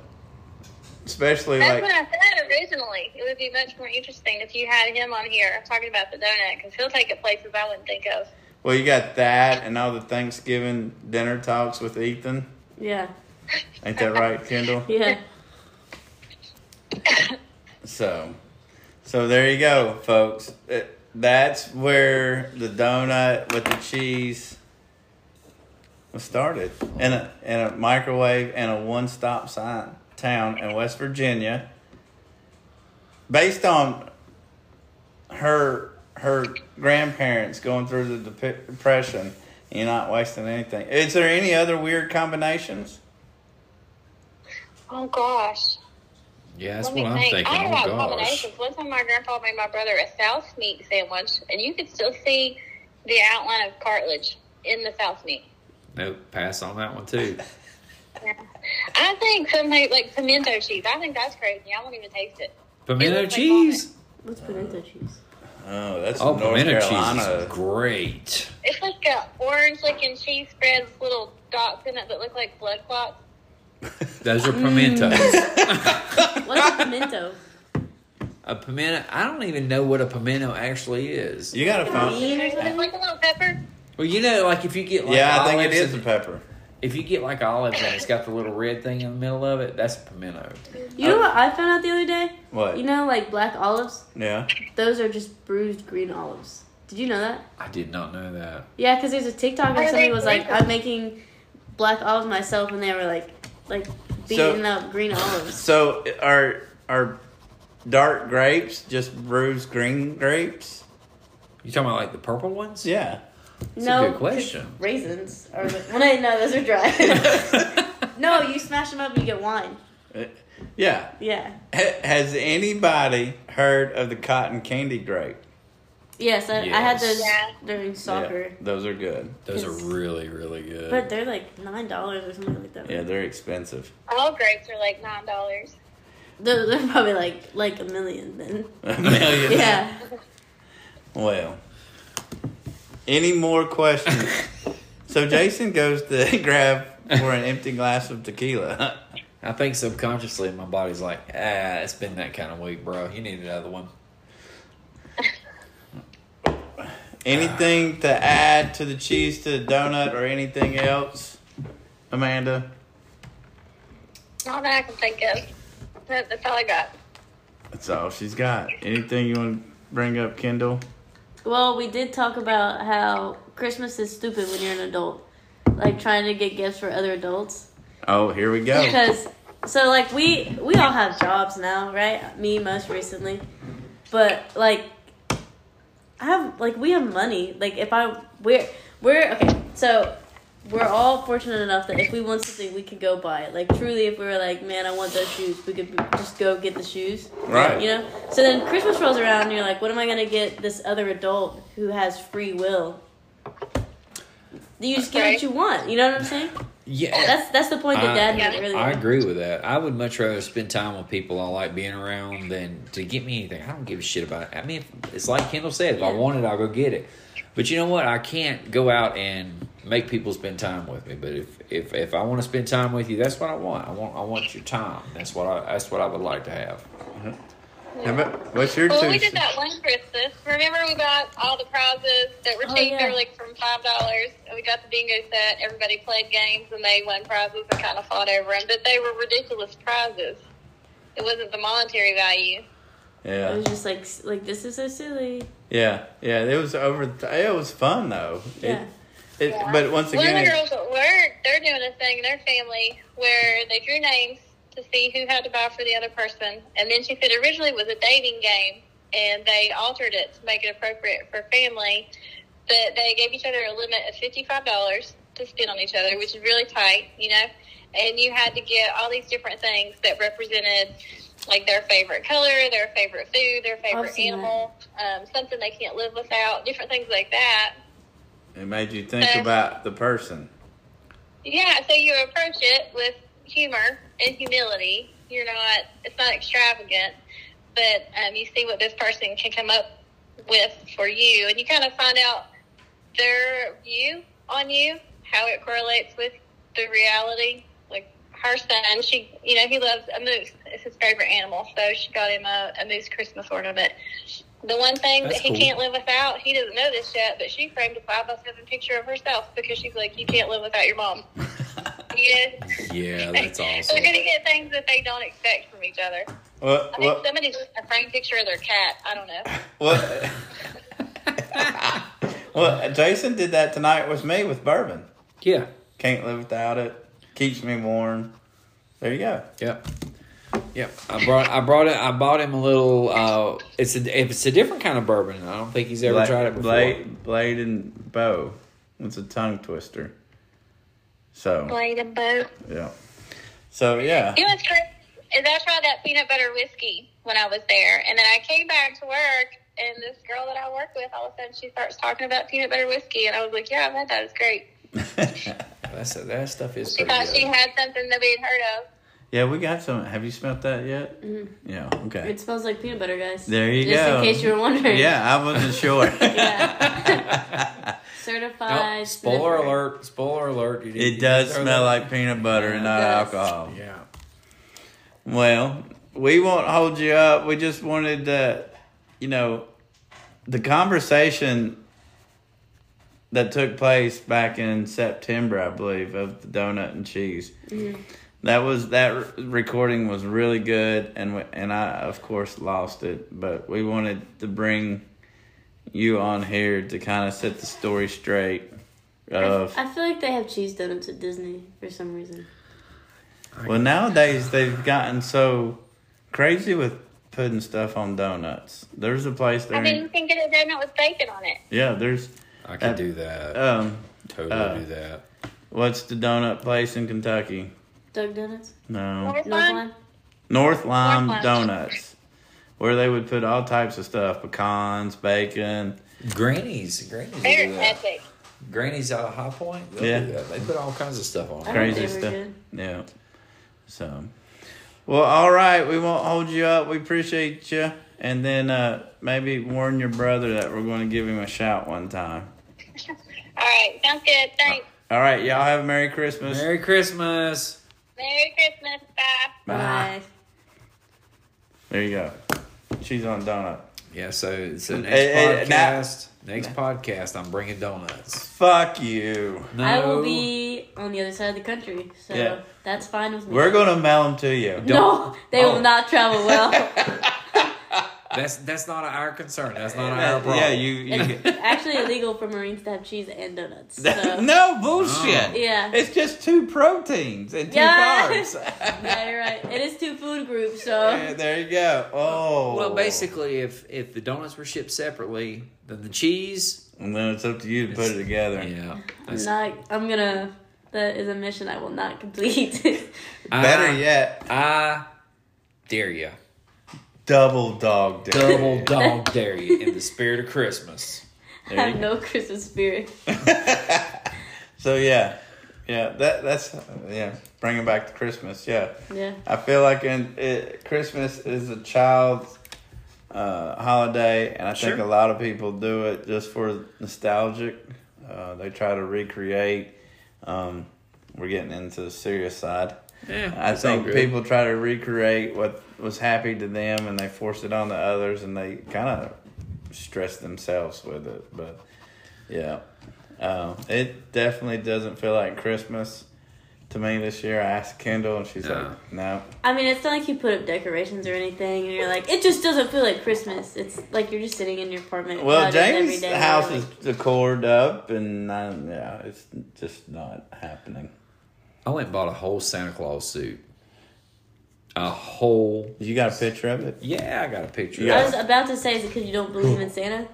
Speaker 1: Especially
Speaker 5: That's
Speaker 1: like
Speaker 5: what I said originally. It would be much more interesting if you had him on here talking about the donut because he'll take it places I wouldn't think of.
Speaker 1: well you got that and all the Thanksgiving dinner talks with Ethan.
Speaker 3: Yeah.
Speaker 1: Ain't that right, Kendall?
Speaker 3: Yeah.
Speaker 1: So, so there you go, folks. It, that's where the donut with the cheese was started in a in a microwave and a one stop sign town in West Virginia. Based on her her grandparents going through the dep- depression, you're not wasting anything. Is there any other weird combinations?
Speaker 5: Oh gosh.
Speaker 4: yeah, that's
Speaker 5: Let me
Speaker 4: what I'm
Speaker 5: think.
Speaker 4: thinking.
Speaker 5: I had
Speaker 4: Oh gosh,
Speaker 5: about combinations. One time my grandpa made my brother a souse meat sandwich, and you could still see the outline of cartilage in the souse meat.
Speaker 4: nope. Pass on that one too.
Speaker 5: I think some people- like pimento cheese. I think that's crazy. I won't even taste it. It
Speaker 4: Pimento
Speaker 5: looks like
Speaker 4: cheese.
Speaker 3: What's pimento cheese?
Speaker 1: Oh, that's
Speaker 4: Oh,
Speaker 1: North
Speaker 4: pimento cheese
Speaker 1: Carolina.
Speaker 4: is great.
Speaker 5: It's like a orange looking cheese spreads with little dots in it that look like blood clots.
Speaker 3: Mm.
Speaker 4: Those are pimentos.
Speaker 3: What's a pimento?
Speaker 4: A pimento. I don't even know what a pimento actually is.
Speaker 1: You got a phone?
Speaker 3: Bean or
Speaker 5: There's
Speaker 3: something?
Speaker 5: like a little pepper.
Speaker 4: Well, you know, like if you get like
Speaker 1: Yeah, I think it
Speaker 4: olives
Speaker 1: is a
Speaker 4: and-
Speaker 1: pepper.
Speaker 4: If you get like olives and it's got the little red thing in the middle of it, that's a pimento.
Speaker 3: You know what I found out the other day?
Speaker 1: What?
Speaker 3: You know, like black olives,
Speaker 1: Yeah.
Speaker 3: those are just bruised green olives. Did you know that?
Speaker 4: I did not know that.
Speaker 3: Yeah, because there's a TikTok
Speaker 5: Are
Speaker 3: or
Speaker 5: they
Speaker 3: somebody was like,
Speaker 5: green?
Speaker 3: I'm making black olives myself, and they were like, like beating up green olives.
Speaker 1: So are are dark grapes just bruised green grapes?
Speaker 4: You talking about like the purple ones?
Speaker 1: Yeah.
Speaker 4: That's
Speaker 3: no,
Speaker 4: a good question.
Speaker 3: raisins are. Well, no, no, those are dry. no, you smash them up and you get wine.
Speaker 1: Uh, Yeah.
Speaker 3: Yeah.
Speaker 1: Ha- Has anybody heard of the cotton candy grape?
Speaker 3: Yes, I, I had those
Speaker 5: Yeah.
Speaker 3: during soccer,
Speaker 1: Yeah, those are good.
Speaker 4: Those are really, really good.
Speaker 3: but they're like nine dollars or something like that.
Speaker 1: Yeah, they're expensive.
Speaker 5: All grapes are like nine dollars.
Speaker 3: They're, they're probably like like a million then.
Speaker 1: A million.
Speaker 3: Yeah.
Speaker 1: Well, any more questions? so Jason goes to grab for an empty glass of tequila.
Speaker 4: I think subconsciously my body's like, ah, it's been that kind of week, bro. You need another one.
Speaker 1: Anything to add to the cheese to the donut or anything else, Amanda?
Speaker 5: All that I can think of. That, that's all I got.
Speaker 1: That's all she's got. Anything you want to bring up, Kendall?
Speaker 3: Well, we did talk about how Christmas is stupid when you're an adult, like trying to get gifts for other adults.
Speaker 1: Oh, here we go.
Speaker 3: because so like we we all have jobs now right me most recently but like i have like we have money like if i we're we're okay so we're all fortunate enough that if we want something we could go buy it like truly if we were like man i want those shoes we could just go get the shoes
Speaker 1: Right.
Speaker 3: you know so then christmas rolls around and you're like what am i going to get this other adult who has free will you just get what
Speaker 5: Right.
Speaker 3: you want you know what i'm saying
Speaker 4: Yeah.
Speaker 3: Oh, that's that's the point
Speaker 1: Uh,
Speaker 3: that
Speaker 4: I-
Speaker 3: dad
Speaker 5: Yeah.
Speaker 3: made earlier
Speaker 4: I agree with that. I would much rather spend time with people I like being around than to get me anything. I don't give a shit about it. I mean, if, it's like Kendall said, if I
Speaker 3: Yeah.
Speaker 4: want it, I'll go get it. But you know what? I can't go out and make people spend time with me. But if if, if I want to spend time with you, that's what I want. I want I want your time. That's what I that's what I would like to have.
Speaker 1: How about, what's your
Speaker 5: Well,
Speaker 1: two?
Speaker 5: we did that one Christmas. Remember, we got all the prizes that were
Speaker 3: Oh,
Speaker 5: cheap. They
Speaker 3: yeah.
Speaker 5: were like from five dollars, and we got the bingo set. Everybody played games, and they won prizes and kind of fought over them. But they were ridiculous prizes. It wasn't the monetary value.
Speaker 3: It
Speaker 1: Yeah,
Speaker 3: was just like s- like this is so silly.
Speaker 1: yeah, yeah. It was over. it was fun though.
Speaker 3: Yeah.
Speaker 1: It, it, But once
Speaker 5: One of
Speaker 1: again,
Speaker 5: the
Speaker 1: it-
Speaker 5: girls at work, they're doing a thing in their family where they drew names to see who had to buy for the other person. And then she said originally it was a dating game, and they altered it to make it appropriate for family. But they gave each other a limit of $55 to spend on each other, which is really tight, you know? And you had to get all these different things that represented like their favorite color, their favorite food, their favorite
Speaker 3: seen that.
Speaker 5: animal, um, something they can't live without, different things like that.
Speaker 1: it made you think
Speaker 5: Uh,
Speaker 1: about the person.
Speaker 5: Yeah, so you approach it with humor and humility. You're not, it's not extravagant, but um, you see what this person can come up with for you, and you kind of find out their view on you, how it correlates with the reality. Like her son, she, you know, he loves a moose. It's his favorite animal, so she got him a, a moose Christmas ornament. The one thing
Speaker 4: That's
Speaker 5: that he
Speaker 4: cool.
Speaker 5: can't live without, he doesn't know this yet, but she framed a five by seven picture of herself because she's like, you can't live without your mom. yeah.
Speaker 4: Yeah, that's awesome.
Speaker 5: They're gonna get things that they don't expect from each other.
Speaker 1: Well,
Speaker 5: I
Speaker 1: well,
Speaker 5: think somebody's a framed picture of their cat. I don't know.
Speaker 1: well, well, Jason did that tonight with me with bourbon.
Speaker 4: Yeah.
Speaker 1: Can't live without it. Keeps me warm. There you go.
Speaker 4: Yep. Yep. I brought I brought it I bought him a little uh it's a it's a different kind of bourbon. I don't think he's ever
Speaker 1: Bla-
Speaker 4: tried it before.
Speaker 1: Blade, blade and bow. It's a tongue twister. So
Speaker 5: Blade and bow.
Speaker 1: yeah. So yeah.
Speaker 5: You know what's crazy is I tried that peanut butter whiskey when I was there, and then I came back to work, and this girl that I work with, all of a sudden she starts talking about peanut butter whiskey, and I was like, "Yeah, I've had that. It's great."
Speaker 4: That's that stuff is
Speaker 5: She
Speaker 4: pretty
Speaker 5: thought she
Speaker 4: good.
Speaker 5: had something that we had heard of.
Speaker 1: yeah, we got some. Have you smelt that yet? Yeah. Okay.
Speaker 3: It smells like peanut butter, guys.
Speaker 1: There you
Speaker 3: Just
Speaker 1: go.
Speaker 3: in case you were wondering.
Speaker 1: Yeah, I wasn't sure.
Speaker 3: Yeah. Uh, Certified.
Speaker 4: Nope. Spoiler
Speaker 3: sniffer.
Speaker 4: alert! Spoiler alert! You didn't-
Speaker 1: It does
Speaker 4: throw
Speaker 1: smell
Speaker 4: that-
Speaker 1: like peanut butter and not
Speaker 3: does.
Speaker 1: alcohol.
Speaker 4: Yeah.
Speaker 1: Well, we won't hold you up. We just wanted to, you know, the conversation that took place back in September, I believe, of the donut and cheese.
Speaker 3: Mm-hmm.
Speaker 1: That was that r- recording was really good, and we, and I of course lost it, but we wanted to bring you on here to kind of set the story straight. Of
Speaker 3: I feel like they have cheese donuts at Disney for some reason.
Speaker 1: well, nowadays they've gotten so crazy with putting stuff on donuts. There's a place there.
Speaker 5: I
Speaker 1: in-
Speaker 5: mean, you can get a donut with bacon on it.
Speaker 1: yeah, there's
Speaker 4: I can
Speaker 1: Uh,
Speaker 4: do that.
Speaker 1: um,
Speaker 4: totally
Speaker 1: uh,
Speaker 4: do that.
Speaker 1: what's the donut place in Kentucky?
Speaker 3: Doug Donuts?
Speaker 1: No,
Speaker 5: North Line?
Speaker 3: Northland?
Speaker 1: North Lime
Speaker 5: North Lime.
Speaker 1: Donuts, where they would put all types of stuff: pecans, bacon.
Speaker 4: Grannies, grannies,
Speaker 5: They're
Speaker 4: do that.
Speaker 5: epic.
Speaker 4: grannies out of High Point. they'll
Speaker 1: Yeah.
Speaker 4: do that. they put all kinds of stuff on.
Speaker 3: I
Speaker 4: it.
Speaker 3: don't think
Speaker 1: crazy
Speaker 3: they were
Speaker 1: stuff.
Speaker 3: good.
Speaker 1: Yeah. So, well, all right. We won't hold you up. We appreciate you. And then uh, maybe warn your brother that we're going to give him a shout one time.
Speaker 5: All right, sounds good. Thanks.
Speaker 4: Uh,
Speaker 1: All right. Y'all have a Merry Christmas.
Speaker 2: Merry Christmas.
Speaker 5: Merry Christmas. Bye.
Speaker 1: Ah.
Speaker 3: Bye.
Speaker 1: There you go. She's on donut.
Speaker 4: Yeah, so it's the next
Speaker 1: Hey, hey, now-
Speaker 4: podcast. next podcast, I'm bringing donuts.
Speaker 1: Fuck you.
Speaker 4: No,
Speaker 3: I will be on the other side of the country, so
Speaker 1: Yeah.
Speaker 3: that's fine with me.
Speaker 1: We're going to mail them to you.
Speaker 3: no, they
Speaker 4: Oh.
Speaker 3: will not travel well.
Speaker 4: That's that's not our concern. That's not our problem.
Speaker 1: Yeah, you. you
Speaker 3: it's actually illegal for Marines to have cheese and donuts. So.
Speaker 1: no bullshit.
Speaker 4: Oh.
Speaker 3: Yeah.
Speaker 1: It's just two proteins and two
Speaker 3: Yeah.
Speaker 1: carbs.
Speaker 3: Yeah, you're right. It is two food groups,
Speaker 1: Yeah,
Speaker 3: so
Speaker 1: there you go. Oh.
Speaker 4: Well, basically, if if the donuts were shipped separately, then the cheese.
Speaker 1: And then it's up to you to put it together.
Speaker 4: Yeah,
Speaker 3: I'm not. I'm gonna. That is a mission I will not complete.
Speaker 1: Better
Speaker 4: I,
Speaker 1: yet,
Speaker 4: I dare you.
Speaker 1: double dog dick.
Speaker 4: Double dog dare you in the spirit of Christmas.
Speaker 3: I
Speaker 1: There you
Speaker 3: have no Christmas spirit.
Speaker 1: so yeah, yeah. That that's yeah. Bringing back to Christmas. Yeah,
Speaker 3: Yeah.
Speaker 1: I feel like in it, Christmas is a child's uh, holiday, and I think
Speaker 4: Sure.
Speaker 1: a lot of people do it just for nostalgic. Uh, they try to recreate. Um, we're getting into the serious side.
Speaker 4: Yeah,
Speaker 1: I
Speaker 4: it's all
Speaker 1: think
Speaker 4: good.
Speaker 1: people try to recreate what was happy to them and they force it on to others and they kind of stress themselves with it. But yeah, um, it definitely doesn't feel like Christmas to me this year. I asked Kendall and she's
Speaker 4: No.
Speaker 1: like, no.
Speaker 3: I mean, it's not like you put up decorations or anything, and you're like, it just doesn't feel like Christmas. It's like you're just sitting in your apartment.
Speaker 1: Well,
Speaker 3: clouded
Speaker 1: James'
Speaker 3: and
Speaker 1: house
Speaker 3: you're
Speaker 1: is
Speaker 3: like-
Speaker 1: decored up and I, yeah, it's just not happening.
Speaker 4: I went and bought a whole Santa Claus suit. A whole.
Speaker 1: You got a picture of it?
Speaker 4: Yeah, I got a picture.
Speaker 1: Yeah.
Speaker 3: I was about to say, is it because you don't believe in Santa?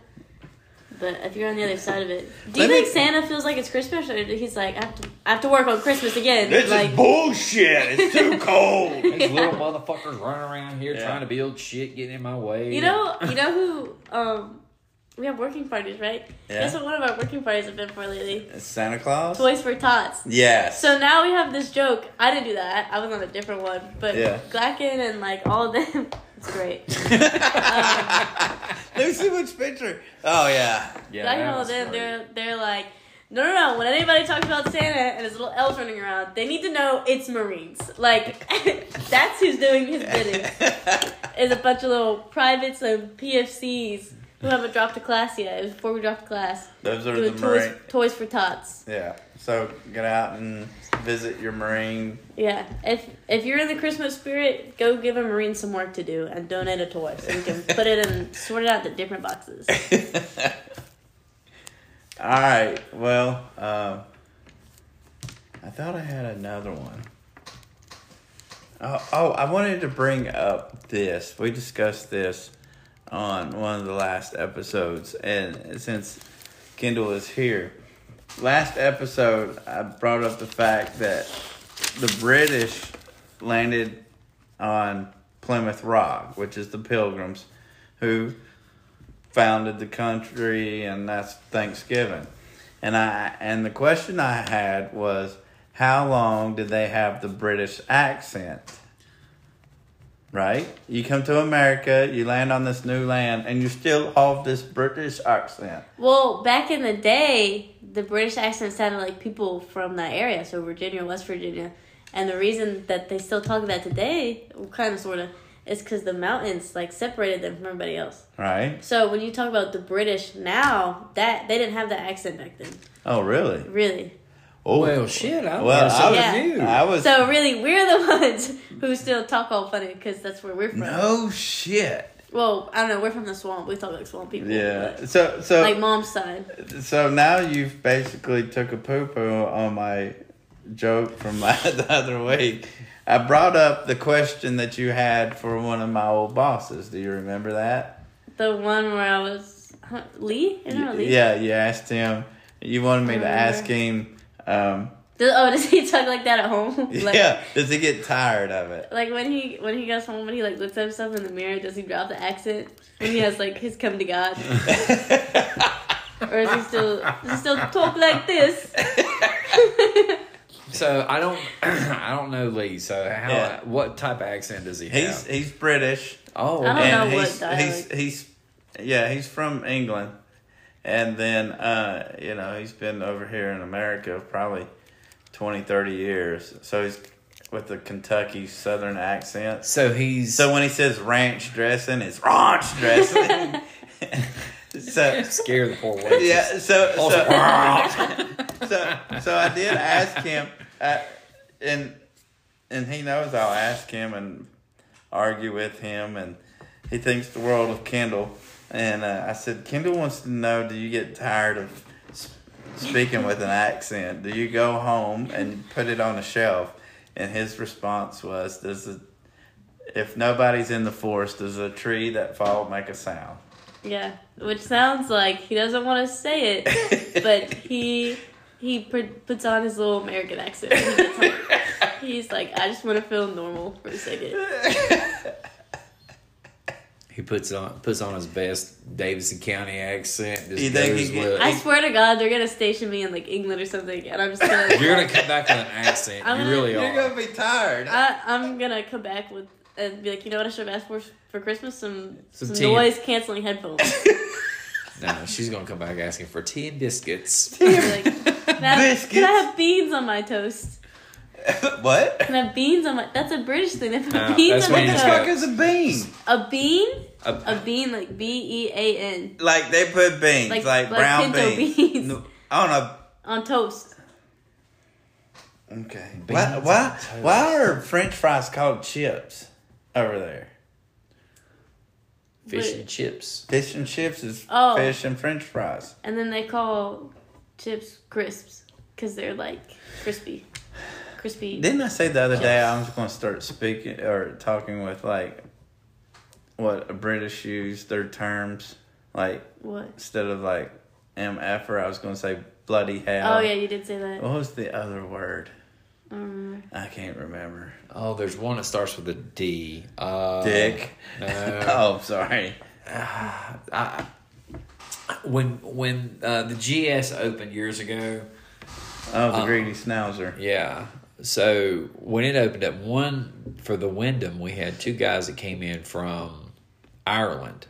Speaker 3: But if you're on the other side of it, do
Speaker 1: Let
Speaker 3: you
Speaker 1: me-
Speaker 3: think Santa feels like it's Christmas, or he's like, I have to, I have to work on Christmas again? like,
Speaker 1: bullshit. It's too cold.
Speaker 4: These little motherfuckers running around here
Speaker 1: Yeah.
Speaker 4: trying to build shit, getting in my way.
Speaker 3: You know, you know who? Um, we have working parties, right?
Speaker 1: Yeah.
Speaker 3: That's what one of our working parties have been for lately.
Speaker 1: It's Santa Claus?
Speaker 3: Toys for tots.
Speaker 1: Yes.
Speaker 3: So now we have this joke. I didn't do that. I was on a different one, but
Speaker 1: Yeah.
Speaker 3: Glacken and like all of them, it's great. Uh,
Speaker 1: Let me see which picture. Oh yeah.
Speaker 4: yeah,
Speaker 3: Glacken and
Speaker 4: that
Speaker 3: all of
Speaker 4: was
Speaker 3: them,
Speaker 4: great.
Speaker 3: they're they're like. No, no, no. When anybody talks about Santa and his little elves running around, they need to know it's Marines. Like, that's who's doing his bidding. is a bunch of little privates and PFCs who haven't dropped a class yet. It was before we dropped class.
Speaker 1: Those are the
Speaker 3: doing toys,
Speaker 1: Marine.
Speaker 3: toys for tots.
Speaker 1: Yeah. So get out and visit your Marine.
Speaker 3: Yeah, if if you're in the Christmas spirit, go give a Marine some work to do and donate a toy so you can put it in, sort it out into different boxes.
Speaker 1: All right. Well, um, I thought I had another one. Oh, oh, I wanted to bring up this. We discussed this on one of the last episodes, and since Kendall is here, last episode I brought up the fact that the British landed on Plymouth Rock, which is the Pilgrims, who founded the country and that's Thanksgiving. And I and the question I had was how long did they have the British accent? Right? You come to America, you land on this new land and you still have this British accent.
Speaker 3: well, back in the day, the British accent sounded like people from that area, so Virginia, West Virginia, and the reason that they still talk that today, well, kind of, sort of, is because the mountains like separated them from everybody else.
Speaker 1: right?
Speaker 3: So when you talk about the British now, that they didn't have that accent back then,
Speaker 1: Oh, really?
Speaker 3: really.
Speaker 1: Oh,
Speaker 4: Well, shit. I
Speaker 1: Well,
Speaker 4: well, I
Speaker 3: Yeah.
Speaker 4: knew.
Speaker 1: I was
Speaker 3: So really, we're the ones who still talk all funny because that's where we're from.
Speaker 1: no shit.
Speaker 3: Well, I don't know. We're from the swamp. We talk like swamp people.
Speaker 1: Yeah.
Speaker 3: but-
Speaker 1: So so
Speaker 3: Like mom's side.
Speaker 1: so now you've basically took a poo poo on my joke from la- the other week. I brought up the question that you had for one of my old bosses. Do you remember that?
Speaker 3: The one where I was huh, Lee. You know Lee.
Speaker 1: Yeah, you asked him. You wanted me to
Speaker 3: remember.
Speaker 1: ask him. Um,
Speaker 3: Does, oh, does he talk like that at home? like,
Speaker 1: yeah, does he get tired of it?
Speaker 3: Like when he when he goes home and he like looks at himself in the mirror, does he drop the accent when he has like his come to God, or is he still does he still talk like this?
Speaker 4: So I don't, I don't know Lee. So how,
Speaker 1: Yeah.
Speaker 4: what type of accent does he
Speaker 1: He's
Speaker 4: have?
Speaker 1: he's British.
Speaker 4: Oh,
Speaker 3: I don't
Speaker 4: okay.
Speaker 3: know
Speaker 1: and
Speaker 3: what
Speaker 1: he's,
Speaker 3: dialect.
Speaker 1: he's he's yeah he's from england and then uh you know he's been over here in america probably 20 30 years so he's with a kentucky southern accent
Speaker 4: so he's
Speaker 1: so when he says ranch dressing it's ranch dressing so
Speaker 4: scare the poor waitress.
Speaker 1: yeah so
Speaker 4: Also,
Speaker 1: so, so so I did ask him, uh, and and he knows I'll ask him and argue with him, and he thinks the world of Kendall. And uh, I said, Kendall wants to know, do you get tired of s- speaking with an accent? Do you go home and put it on a shelf? And his response was, does it? If nobody's in the forest, does a tree that fall make a sound?
Speaker 3: Yeah, which sounds like he doesn't want to say it, but he he pr- puts on his little American accent. when he gets home. He's like, I just want to feel normal for a second.
Speaker 4: he puts on puts on his best Davidson County accent. Just
Speaker 1: You think
Speaker 4: goes
Speaker 1: he get-
Speaker 4: with it.
Speaker 3: I swear to God, they're gonna station me in like England or something, and I'm just gonna.
Speaker 4: You're gonna come back with an accent.
Speaker 3: I'm
Speaker 4: you
Speaker 3: gonna-
Speaker 4: really
Speaker 1: You're
Speaker 4: are.
Speaker 1: gonna be tired.
Speaker 3: I, uh, I'm gonna come back with and be like, you know what I should have asked for for Christmas? Some
Speaker 4: Some
Speaker 3: some,
Speaker 4: tea.
Speaker 3: noise canceling headphones.
Speaker 4: No, she's gonna come back asking for tea and biscuits.
Speaker 3: Be like, can, I have,
Speaker 1: Biscuits.
Speaker 3: can I have beans on my toast?
Speaker 1: what?
Speaker 3: Can I have beans on my? That's a British thing. They put
Speaker 4: No, that's
Speaker 3: beans on
Speaker 4: what
Speaker 3: my
Speaker 4: you
Speaker 3: toast.
Speaker 4: just got.
Speaker 1: is a bean?
Speaker 3: A bean?
Speaker 4: A-
Speaker 3: A bean like B E A N
Speaker 1: Like they put beans, like,
Speaker 3: Like- like
Speaker 1: brown
Speaker 3: pinto
Speaker 1: beans,
Speaker 3: beans.
Speaker 1: No, on a
Speaker 3: on toast.
Speaker 1: okay.
Speaker 4: Beans
Speaker 1: Why,
Speaker 4: on
Speaker 1: why,
Speaker 4: toast.
Speaker 1: why are French fries called chips over there?
Speaker 4: Fish
Speaker 3: But-
Speaker 4: and chips.
Speaker 1: Fish and chips is
Speaker 3: Oh.
Speaker 1: fish and French fries.
Speaker 3: And then they call chips crisps because they're like crispy, crispy.
Speaker 1: Didn't I say the other day I was going to start speaking or talking with like what a British use their terms like
Speaker 3: what?
Speaker 1: instead of like mf or I was going to say bloody hell.
Speaker 3: Oh yeah, you did say that.
Speaker 1: What was the other word?
Speaker 3: I don't remember.
Speaker 1: I can't remember.
Speaker 4: Oh, there's one that starts with a D. Uh,
Speaker 1: Dick.
Speaker 4: No.
Speaker 1: oh, sorry.
Speaker 4: I, when when uh, the GS opened years ago,
Speaker 1: Oh, the greedy schnauzer.
Speaker 4: yeah. So when it opened up, one for the Wyndham, we had two guys that came in from Ireland,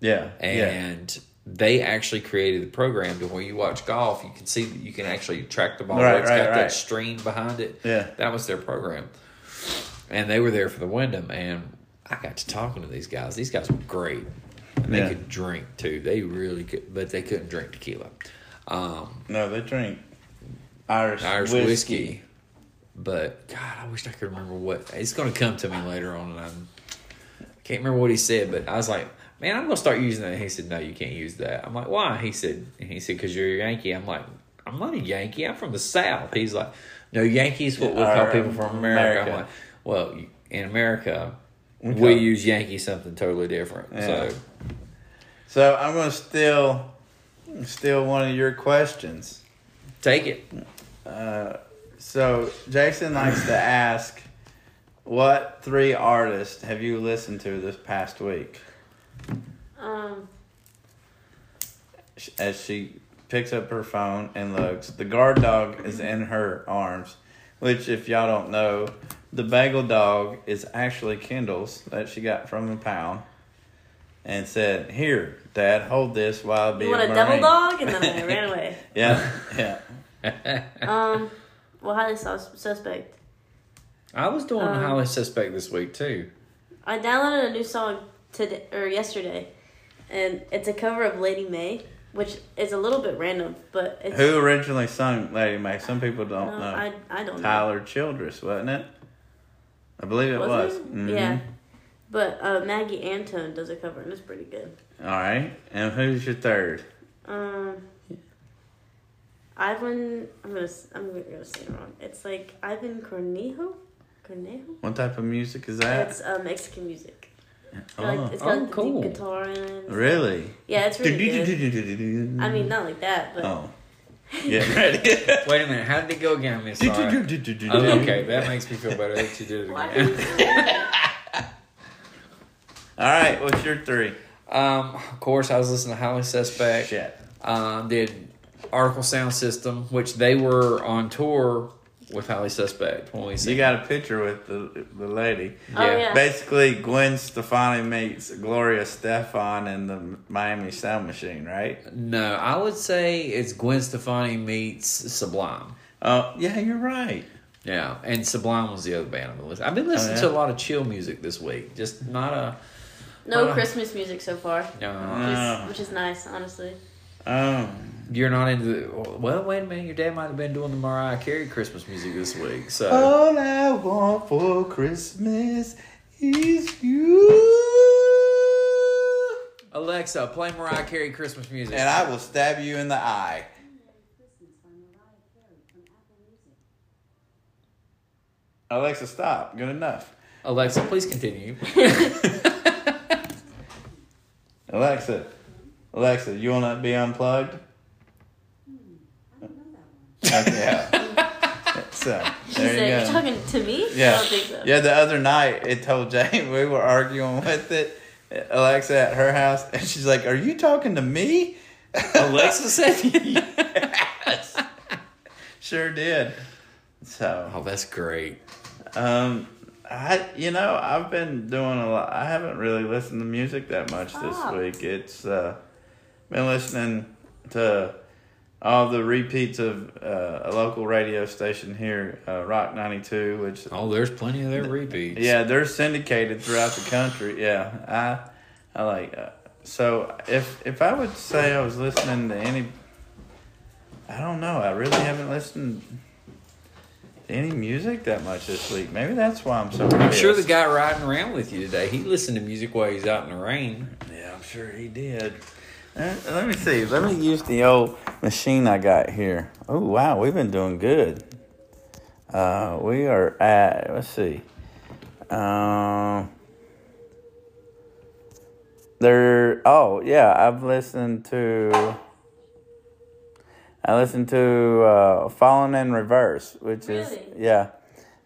Speaker 1: Yeah. yeah.
Speaker 4: and they actually created the program to where you watch golf, you can see you can actually track the ball.
Speaker 1: Right,
Speaker 4: where it's
Speaker 1: right,
Speaker 4: got
Speaker 1: right.
Speaker 4: that stream behind it.
Speaker 1: Yeah.
Speaker 4: that was their program, and they were there for the Wyndham, and I got to talking to these guys. These guys were great. And they
Speaker 1: Yeah.
Speaker 4: could drink too. They really could, but they couldn't drink tequila. Um,
Speaker 1: No, they drink Irish,
Speaker 4: Irish whiskey.
Speaker 1: whiskey.
Speaker 4: But God, I wish I could remember what it's going to come to me later on, and I'm, I can't remember what he said. But I was like, "Man, I'm going to start using that." He said, "No, you can't use that." I'm like, "Why?" He said, "He said because you're a Yankee." I'm like, "I'm not a Yankee. I'm from the South." He's like, "No, Yankees what we call
Speaker 1: Are
Speaker 4: people from America."
Speaker 1: America.
Speaker 4: I'm like, "Well, you- in America." We,
Speaker 1: call-
Speaker 4: use Yankee something totally different.
Speaker 1: Yeah.
Speaker 4: So
Speaker 1: So I'm gonna steal, steal one of your questions.
Speaker 4: take it.
Speaker 1: So Jason likes to ask, what three artists have you listened to this past week?
Speaker 3: Um,
Speaker 1: Sh- As she picks up her phone and looks, the guard dog is in her arms, which if y'all don't know, the bagel dog is actually Kendall's that she got from the pound. And said, "Here, Dad, hold this while I be
Speaker 3: you want a devil
Speaker 1: Marine."
Speaker 3: dog? And then I ran away.
Speaker 1: Yeah, yeah.
Speaker 3: Um, well, highly sus- suspect.
Speaker 4: I was doing
Speaker 3: Um,
Speaker 4: highly suspect this week too.
Speaker 3: I downloaded a new song today or yesterday, and it's a cover of Lady May, which is a little bit random, but it's
Speaker 1: Who originally sung Lady May? Some people
Speaker 3: No,
Speaker 1: don't know.
Speaker 3: I I don't know.
Speaker 1: Tyler Childress, wasn't it? I believe it was.
Speaker 3: it?
Speaker 1: Mhm.
Speaker 3: Yeah. But uh, Maggie Antone does a cover and it's pretty good.
Speaker 1: All right. And who's your third?
Speaker 3: Um, Ivan, I'm gonna s- I'm gonna say it wrong. It's like Ivan Cornejo, Cornejo.
Speaker 1: What type of music is that?
Speaker 3: It's uh, Mexican music.
Speaker 1: Oh,
Speaker 3: Like, it's got
Speaker 2: Oh,
Speaker 3: the
Speaker 2: cool.
Speaker 3: deep guitar in it.
Speaker 1: really?
Speaker 3: Yeah, it's really good. I
Speaker 1: I
Speaker 3: mean, not like that, but
Speaker 1: oh, yeah, ready.
Speaker 4: Wait a minute. How did it go again? I'm sorry. Oh, okay, that makes me feel better that you did it
Speaker 3: Why
Speaker 4: again.
Speaker 1: All right. What's your three?
Speaker 4: Um, of course, I was listening to Highly Suspect.
Speaker 1: Shit.
Speaker 4: Um, did Article Sound System, which they were on tour with Highly Suspect when we
Speaker 1: You
Speaker 4: see.
Speaker 1: got a picture with the the lady.
Speaker 3: Oh,
Speaker 4: Yeah.
Speaker 3: yeah.
Speaker 1: Basically, Gwen Stefani meets Gloria Stefan in the Miami Sound Machine, right?
Speaker 4: no, I would say it's Gwen Stefani meets Sublime.
Speaker 1: Oh, yeah, you're right.
Speaker 4: Yeah, and Sublime was the other band on the list. I've been listening
Speaker 1: yeah?
Speaker 4: to a lot of chill music this week. Just not a
Speaker 3: no
Speaker 4: Uh,
Speaker 3: Christmas music so far, which
Speaker 4: no.
Speaker 1: Uh.
Speaker 3: is, which is nice, honestly.
Speaker 1: Oh,
Speaker 4: You're not into. The, well, wait a minute. Your dad might have been doing the Mariah Carey Christmas music this week. So
Speaker 1: all I want for Christmas is you.
Speaker 4: Alexa, play Mariah Carey Christmas music.
Speaker 1: And I will stab you in the eye. Alexa, stop. Good enough.
Speaker 4: Alexa, please continue.
Speaker 1: Alexa, Alexa, you want to be unplugged? Okay, yeah. so
Speaker 3: She's
Speaker 1: there
Speaker 3: like,
Speaker 1: you
Speaker 3: "You're
Speaker 1: go.
Speaker 3: talking to me?
Speaker 1: Yeah.
Speaker 3: I don't think so.
Speaker 1: Yeah, the other night it told Jane we were arguing with it, Alexa at her house, and she's like, Are you talking to me?
Speaker 4: Alexa said,
Speaker 1: sure did. So
Speaker 4: "Oh, that's great."
Speaker 1: um I you know, I've been doing a lot I haven't really listened to music that much
Speaker 3: Stop.
Speaker 1: this week. It's uh been listening to all the repeats of uh, a local radio station here, uh, Rock 92, which
Speaker 4: Oh, there's plenty of their repeats.
Speaker 1: Yeah, they're syndicated throughout the country. Yeah, I, I like. Uh, so if if I would say I was listening to any, I don't know. I really haven't listened to any music that much this week. Maybe that's why I'm so.
Speaker 4: I'm sure the guy riding around with you today, he listened to music while he's out in the rain.
Speaker 1: Yeah, I'm sure he did. Uh, let me see. Let me use the old machine I got here. Oh wow, we've been doing good. Uh, we are at. Let's see. Um, there. Oh yeah, I've listened to. I listened to uh, "Fallen in Reverse," which is
Speaker 3: Really?
Speaker 1: yeah.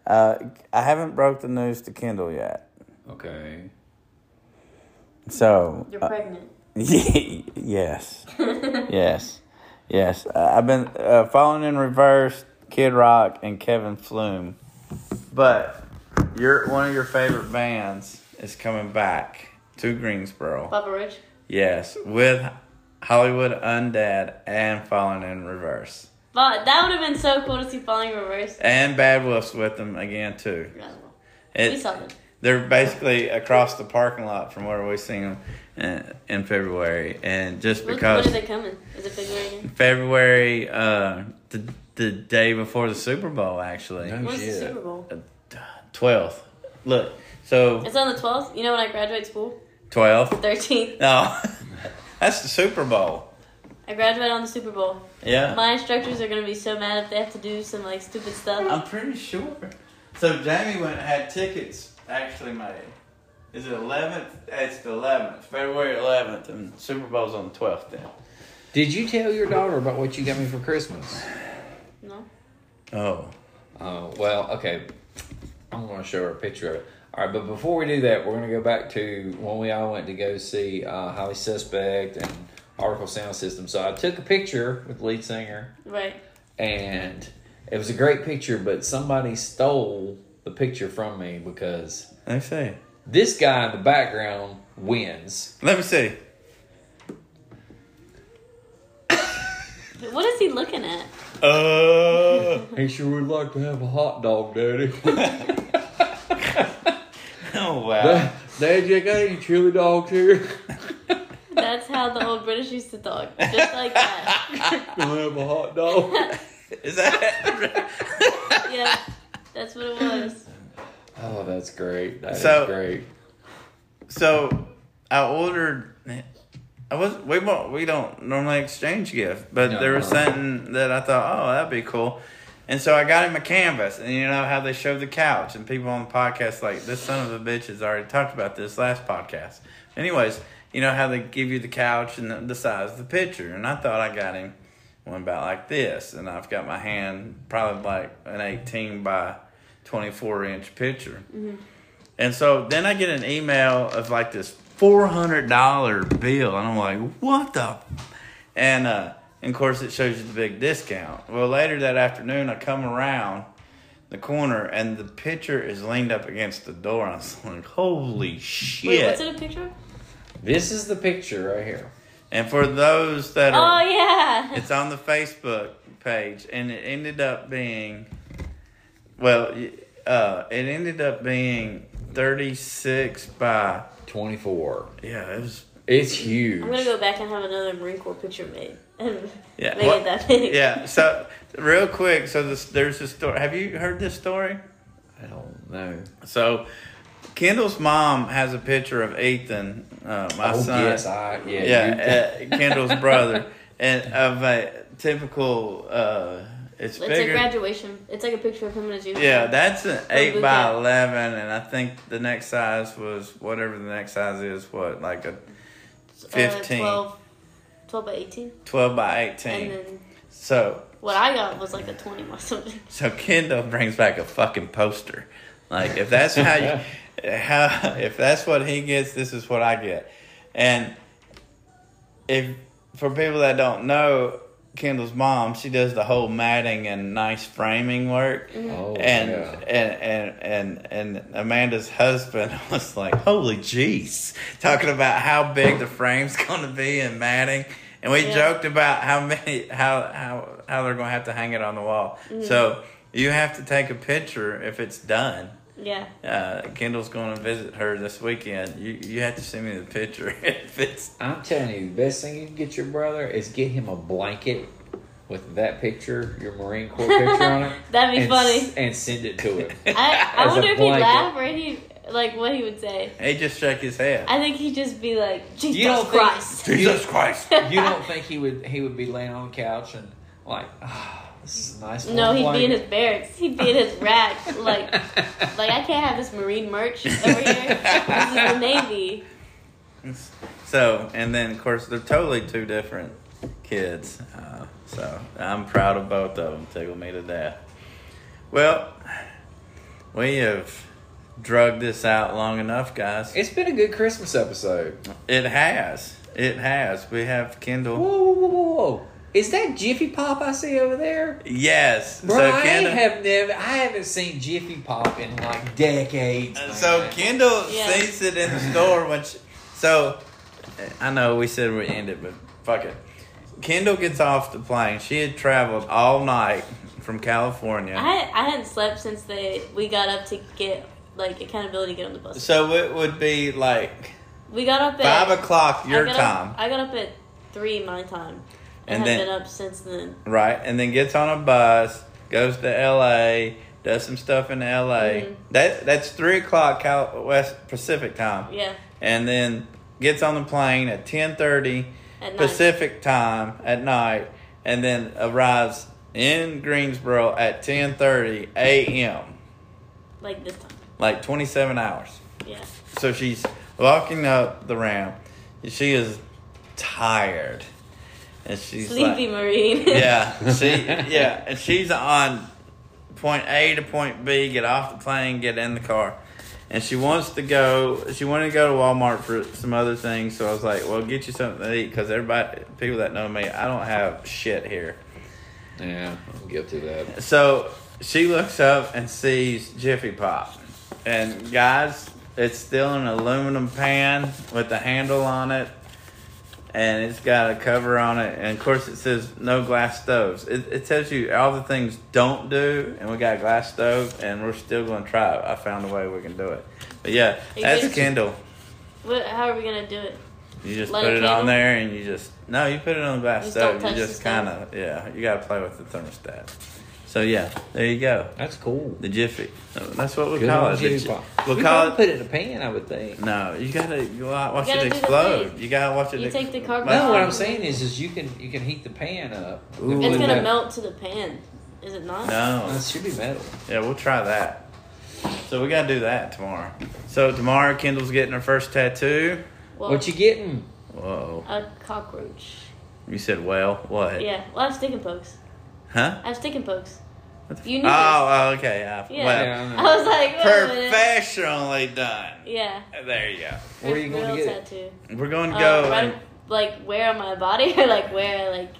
Speaker 1: Uh, I haven't broke the news to Kindle yet,
Speaker 4: Okay.
Speaker 1: so
Speaker 3: You're pregnant.
Speaker 1: Ye- yes. yes. Yes. Uh, I've been uh, following in reverse Kid Rock and Kevin Flume. But your one of your favorite bands is coming back to Greensboro.
Speaker 3: Papa Rich?
Speaker 1: Yes, with Hollywood Undead and Fallen in Reverse.
Speaker 3: But that would have been so cool to see Falling Reverse.
Speaker 1: And Bad Wolf's with them again too.
Speaker 3: We
Speaker 1: It,
Speaker 3: saw them.
Speaker 1: they're basically across the parking lot from where we seen them in, in February and just
Speaker 3: When,
Speaker 1: because
Speaker 3: when are they coming? Is it February again?
Speaker 1: February, uh, the the day before the Super Bowl, actually,
Speaker 4: No.
Speaker 3: When's the
Speaker 4: Oh, shit.
Speaker 3: Super Bowl?
Speaker 1: twelfth. Look, so
Speaker 3: It's on the 12th. You know when I graduate school?
Speaker 1: twelfth.
Speaker 3: 13th.
Speaker 1: No, that's the Super Bowl.
Speaker 3: I graduate on the Super Bowl.
Speaker 1: Yeah,
Speaker 3: My instructors are gonna be so mad if they have to do some like stupid stuff.
Speaker 1: I'm pretty sure. So Jamie went had tickets actually made. Is it eleventh? It's the eleventh, February eleventh, and Super Bowl's on the twelfth. Then.
Speaker 4: Did you tell your daughter about what you got me for Christmas?
Speaker 3: No.
Speaker 1: Oh,
Speaker 4: Oh, well, okay. I'm going to show her a picture of it. All right, but before we do that, we're going to go back to when we all went to go see uh, Highly Suspect and Article Sound System. So I took a picture with the lead singer,
Speaker 3: Right.
Speaker 4: and it was a great picture, but somebody stole the picture from me because
Speaker 1: let me see.
Speaker 4: this guy in the background wins.
Speaker 1: Let me see.
Speaker 3: What is he looking at?
Speaker 1: Uh.
Speaker 4: He sure would like to have a hot dog, Daddy.
Speaker 1: Oh wow.
Speaker 4: that, Dad, you got any chili dogs here?
Speaker 3: That's how the old British used to talk, just like that.
Speaker 4: Can I have a hot dog?
Speaker 1: Is that
Speaker 3: Yeah, that's what it was.
Speaker 4: Oh, that's great. That's
Speaker 1: So-
Speaker 4: great.
Speaker 1: so? I ordered. I was we won't, we don't normally exchange gifts, but
Speaker 4: No.
Speaker 1: there was something that I thought, oh, that'd be cool. And so I got him a canvas, and you know how they show the couch, and people on the podcast like this son of a bitch has already talked about this last podcast. Anyways, you know how they give you the couch and the, the size of the picture, and I thought I got him one about like this, and I've got my hand probably like an eighteen by twenty four inch picture. And so then I get an email of like this four hundred dollar bill, and I'm like, what the? And uh, and of course it shows you the big discount. Well, later that afternoon, I come around the corner, and the picture is leaned up against the door. I was like, holy shit!
Speaker 3: Wait, what's in a picture?
Speaker 4: This is the picture right here.
Speaker 1: And for those that
Speaker 3: Oh
Speaker 1: are,
Speaker 3: yeah.
Speaker 1: it's on the Facebook page, and it ended up being, well, y- uh, it ended up being thirty six by
Speaker 4: 24.
Speaker 1: yeah, it was
Speaker 4: It's huge.
Speaker 3: I'm gonna go back and have another Marine Corps picture made and
Speaker 1: Yeah.
Speaker 3: make it that big.
Speaker 1: yeah. So real quick, so this, there's this story. Have you heard this story?
Speaker 4: I don't know.
Speaker 1: So Kendall's mom has a picture of Ethan, uh, my
Speaker 4: oh,
Speaker 1: son.
Speaker 4: yes. I, yeah. you-
Speaker 1: yeah, uh, Kendall's brother, and of a typical. Uh, it's
Speaker 3: It's a
Speaker 1: bigger.
Speaker 3: graduation. It's like a picture of him in his uniform.
Speaker 1: yeah, that's an eight
Speaker 3: boot
Speaker 1: by
Speaker 3: camp.
Speaker 1: eleven, and I think the next size was whatever the next size is. What like a
Speaker 3: It's,
Speaker 1: 15.
Speaker 3: 12, 12 Uh, by 18.
Speaker 1: twelve by eighteen.
Speaker 3: And then
Speaker 1: so
Speaker 3: what I got was like a 20 by something.
Speaker 1: So Kendall brings back a fucking poster. Like if that's how you, how if that's what he gets, this is what I get. And if for people that don't know, Kendall's mom, she does the whole matting and nice framing work.
Speaker 4: Oh,
Speaker 1: And,
Speaker 4: yeah.
Speaker 1: and and and and Amanda's husband was like, "Holy jeez!" Talking about how big the frame's going to be and matting, and we
Speaker 3: Yeah.
Speaker 1: joked about how many how how how they're going to have to hang it on the wall.
Speaker 3: Mm.
Speaker 1: So you have to take a picture if it's done.
Speaker 3: Yeah.
Speaker 1: Uh, Kendall's going to visit her this weekend. You you have to send me the picture if it's
Speaker 4: I'm telling you, the best thing you can get your brother is get him a blanket with that picture, your Marine Corps picture on it.
Speaker 3: That'd be
Speaker 4: and
Speaker 3: funny.
Speaker 4: s- and send it to him.
Speaker 3: I, I
Speaker 4: As a
Speaker 3: wonder if he'd
Speaker 4: blanket.
Speaker 3: laugh or he like what he would say.
Speaker 1: he just shook his head.
Speaker 3: I think he'd just be like, Jesus
Speaker 4: You don't think-
Speaker 3: Christ.
Speaker 1: Jesus Christ!
Speaker 4: you don't think he would he would be laying on the couch and like, ah, this is a nice.
Speaker 3: no,
Speaker 4: warm
Speaker 3: he'd be in
Speaker 4: blanket."
Speaker 3: his barracks. He'd be in his rack. Like, like I can't have this Marine merch over here. This is the Navy.
Speaker 1: So, and then of course they're totally two different kids. Uh, so I'm proud of both of them. Tickle me to death. Well, we have drugged this out long enough, guys.
Speaker 4: It's been a good Christmas episode.
Speaker 1: It has. It has. We have Kindle.
Speaker 4: Whoa, whoa, whoa, whoa, whoa! Is that Jiffy Pop I see over there?
Speaker 1: Yes.
Speaker 4: Bro, I
Speaker 1: Kendall-
Speaker 4: have never, I haven't seen Jiffy Pop in like decades.
Speaker 1: Uh,
Speaker 4: man.
Speaker 1: So Kendall
Speaker 3: Yeah.
Speaker 1: sees it in the store when she, so I know we said we end it, but fuck it. Kendall gets off the plane. She had traveled all night from California.
Speaker 3: I I hadn't slept since they we got up to get like accountability to get on the bus.
Speaker 1: So it would be like
Speaker 3: We got up at
Speaker 1: five o'clock your
Speaker 3: I got
Speaker 1: time,
Speaker 3: Up, I got up at three my time, and,
Speaker 1: And
Speaker 3: have
Speaker 1: then-
Speaker 3: been up since then.
Speaker 1: right? And then gets on a bus, goes to L.A., does some stuff in L.A.
Speaker 3: Mhm.
Speaker 1: That that's three o'clock Cal- West Pacific time,
Speaker 3: Yeah,
Speaker 1: and then gets on the plane at ten thirty
Speaker 3: at night.
Speaker 1: Pacific time at night, and then arrives in Greensboro at ten thirty a.m.
Speaker 3: Like this time.
Speaker 1: Like twenty seven hours.
Speaker 3: Yeah.
Speaker 1: So she's walking up the ramp. She is tired, and she's like-
Speaker 3: Sleepy Marine.
Speaker 1: yeah, she yeah, and she's on point A to point B. Get off the plane, get in the car, and she wants to go. She wanted to go to Walmart for some other things. So I was like, "Well, get you something to eat," because everybody, people that know me, I don't have shit here.
Speaker 4: yeah, I'm guilty of that.
Speaker 1: So she looks up and sees Jiffy Pop. And guys, it's still an aluminum pan with the handle on it. and it's got a cover on it, and of course it says no glass stoves. It, it tells you all the things don't do, and we got a glass stove, and we're still going to try it. I found a way we can do it. But yeah,
Speaker 3: You
Speaker 1: that's
Speaker 3: just-
Speaker 1: Kindle.
Speaker 3: What, how are we gonna do it?
Speaker 1: You just
Speaker 3: Light
Speaker 1: put
Speaker 3: a
Speaker 1: it
Speaker 3: candle?
Speaker 1: on there, and you just no, you put it on the glass
Speaker 3: Just don't
Speaker 1: stove.
Speaker 3: touch
Speaker 1: You
Speaker 3: the
Speaker 1: just kind of yeah, you got to play with the thermostat. So yeah, there you go.
Speaker 4: That's cool.
Speaker 1: The Jiffy. That's what we
Speaker 4: Good
Speaker 1: call
Speaker 4: old
Speaker 1: it. The
Speaker 4: Jiffy
Speaker 1: Ji-
Speaker 4: Pop.
Speaker 1: We'll
Speaker 4: We
Speaker 1: call
Speaker 4: probably
Speaker 1: it.
Speaker 4: put it in a pan, I would think.
Speaker 1: No, you gotta you gotta watch
Speaker 3: You gotta
Speaker 1: it
Speaker 3: do the
Speaker 1: explode.
Speaker 3: thing.
Speaker 1: You gotta watch it.
Speaker 3: You
Speaker 1: ex-
Speaker 3: take the cardboard
Speaker 1: Well,
Speaker 4: No, what
Speaker 3: Um,
Speaker 4: I'm saying is, is you can you can heat the pan up.
Speaker 1: Ooh.
Speaker 3: It's
Speaker 1: Put
Speaker 3: gonna
Speaker 1: that-
Speaker 3: melt to the pan, is it not?
Speaker 1: No.
Speaker 4: That should be metal.
Speaker 1: Yeah, we'll try that. So we gotta do that tomorrow. So tomorrow, Kendall's getting her first tattoo.
Speaker 3: Well,
Speaker 4: what you getting?
Speaker 1: Whoa.
Speaker 3: A cockroach.
Speaker 1: You said well. What?
Speaker 3: Yeah. Well, I have sticking pokes.
Speaker 1: Huh?
Speaker 3: I have sticking pokes.
Speaker 1: What the
Speaker 3: You
Speaker 1: f-
Speaker 3: knew
Speaker 1: oh, oh, okay. Yeah.
Speaker 3: Yeah.
Speaker 1: Well,
Speaker 4: Yeah, I know.
Speaker 3: I was like, wait a minute.
Speaker 1: professionally done.
Speaker 3: Yeah.
Speaker 1: There you go.
Speaker 4: Where are you
Speaker 3: Real
Speaker 4: going to get it?
Speaker 3: tattoo.
Speaker 1: We're going to
Speaker 3: Uh,
Speaker 1: go.
Speaker 3: right,
Speaker 1: and-
Speaker 3: like where on my body or like where like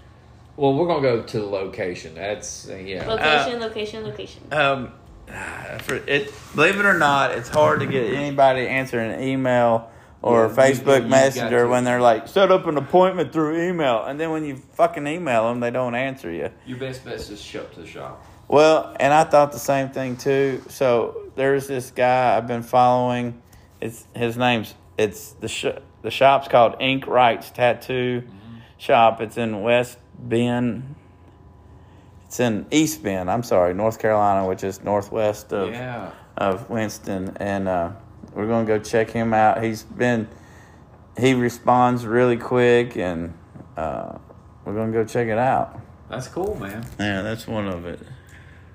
Speaker 4: Well, we're gonna go to the location. That's uh, yeah.
Speaker 3: location, location, location.
Speaker 1: Um, ah, for it, believe it or not, it's hard to get anybody to answer an email or
Speaker 4: Yeah, you-
Speaker 1: Facebook
Speaker 4: you got
Speaker 1: Messenger
Speaker 4: to.
Speaker 1: when they're like, set up an appointment through email. And then when you fucking email them, they don't answer you.
Speaker 2: Your best bet is just show up to the shop.
Speaker 1: Well, and I thought the same thing too. So there's this guy I've been following. It's his name's it's the sh- the shop's called Ink Rights
Speaker 4: Mm-hmm.
Speaker 1: Tattoo Shop. It's in West Bend. It's in East Bend. I'm sorry, North Carolina, which is northwest of
Speaker 4: Yeah.
Speaker 1: of Winston, and uh, we're gonna go check him out. He's been he responds really quick, and uh, we're gonna go check it out.
Speaker 4: That's cool, man.
Speaker 1: Yeah, that's one of it.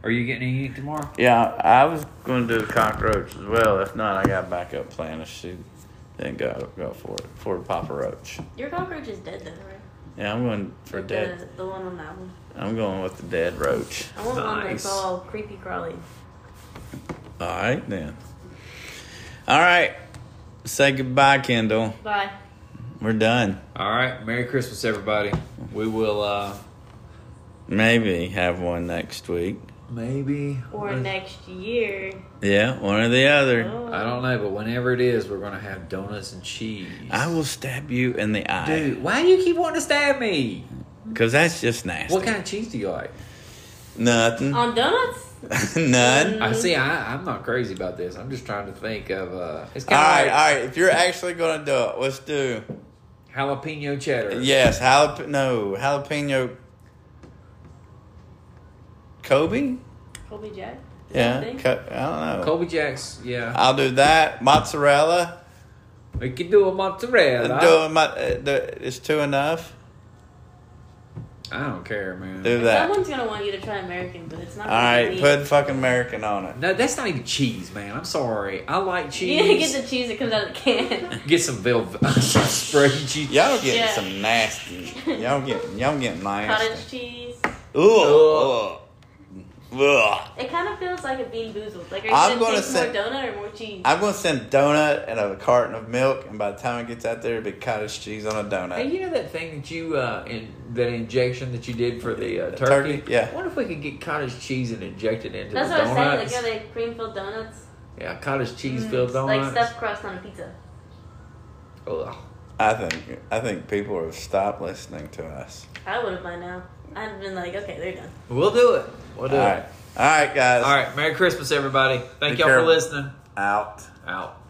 Speaker 4: Are you getting any ink tomorrow?
Speaker 1: Yeah, I was going to do the cockroach as well. If not, I got a backup plan if she didn't go go for it for the Papa Roach.
Speaker 3: Your cockroach is dead though, right?
Speaker 1: Yeah, I'm going for
Speaker 3: the,
Speaker 1: dead.
Speaker 3: The one on that one.
Speaker 1: I'm going with the dead roach.
Speaker 3: I want one that's
Speaker 4: Nice.
Speaker 3: all creepy crawly.
Speaker 1: All right then. All right, say goodbye, Kendall.
Speaker 3: Bye.
Speaker 1: We're done.
Speaker 4: All right. Merry Christmas, everybody. We will uh
Speaker 1: Maybe have one next week.
Speaker 4: maybe
Speaker 3: Or
Speaker 1: Mm.
Speaker 3: next year.
Speaker 1: Yeah, one or the other.
Speaker 3: Oh.
Speaker 4: I don't know, but whenever it is, we're gonna have donuts and cheese.
Speaker 1: I will stab you in the eye
Speaker 4: Dude, why do you keep wanting to stab me?
Speaker 1: because that's just nasty.
Speaker 4: What kind of cheese do you like?
Speaker 1: Nothing.
Speaker 3: On donuts?
Speaker 1: None.
Speaker 3: Mm-hmm.
Speaker 4: I see. I, I'm not crazy about this. I'm just trying to think of. uh It's
Speaker 1: All right,
Speaker 4: kind of
Speaker 1: all right. If you're actually gonna do it, let's do.
Speaker 4: like jalapeno cheddar.
Speaker 1: Yes, jalap- no, jalapeno. Kobe?
Speaker 3: Colby Jack?
Speaker 1: Yeah,
Speaker 3: Something?
Speaker 1: co- I don't know.
Speaker 4: Colby Jacks. Yeah,
Speaker 1: I'll do that. Mozzarella.
Speaker 4: we can do a mozzarella.
Speaker 1: Doing my, uh, the, it's two enough.
Speaker 4: I don't care, man.
Speaker 1: Do that.
Speaker 3: Someone's gonna want you to try American, but it's not
Speaker 1: All
Speaker 3: gonna
Speaker 1: right,
Speaker 3: be-
Speaker 1: put fucking American on it.
Speaker 4: No, that's not even cheese, man. I'm sorry. I like
Speaker 3: You
Speaker 4: cheese.
Speaker 3: need to get the cheese that comes out of the can.
Speaker 4: Get some velvet spray cheese.
Speaker 1: Y'all getting
Speaker 3: Yeah.
Speaker 1: some nasty. Y'all getting y'all getting nasty.
Speaker 3: Cottage cheese.
Speaker 1: Ooh. Ugh. Ugh.
Speaker 3: It kind of feels like a bean boozled. Like, are you
Speaker 1: I'm
Speaker 3: gonna
Speaker 1: gonna
Speaker 3: take
Speaker 1: say-
Speaker 3: more donut or more cheese?
Speaker 1: I'm gonna send donut and a carton of milk, and by the time it gets out there, it'll be cottage cheese on a donut.
Speaker 4: Hey, you know that thing that you uh, in that injection that you did for the uh,
Speaker 1: The
Speaker 4: turkey?
Speaker 1: turkey, yeah.
Speaker 4: I wonder if we could get cottage cheese and inject it into
Speaker 3: That's
Speaker 4: the
Speaker 3: what I
Speaker 4: donuts.
Speaker 3: was saying. Like, yeah, they cream filled donuts.
Speaker 4: yeah, cottage cheese
Speaker 3: Mm,
Speaker 4: filled
Speaker 3: Like
Speaker 4: donuts.
Speaker 3: stuffed crust on a pizza.
Speaker 4: Ugh.
Speaker 1: I think I think people have stopped listening to us.
Speaker 3: I would have by now. I'd have been like, okay, they're done.
Speaker 4: We'll do it. We'll do
Speaker 1: All
Speaker 4: it.
Speaker 1: right. All right, guys.
Speaker 4: All right. Merry Christmas, everybody. Thank
Speaker 1: Take
Speaker 4: y'all
Speaker 1: care.
Speaker 4: for listening.
Speaker 1: Out.
Speaker 4: Out.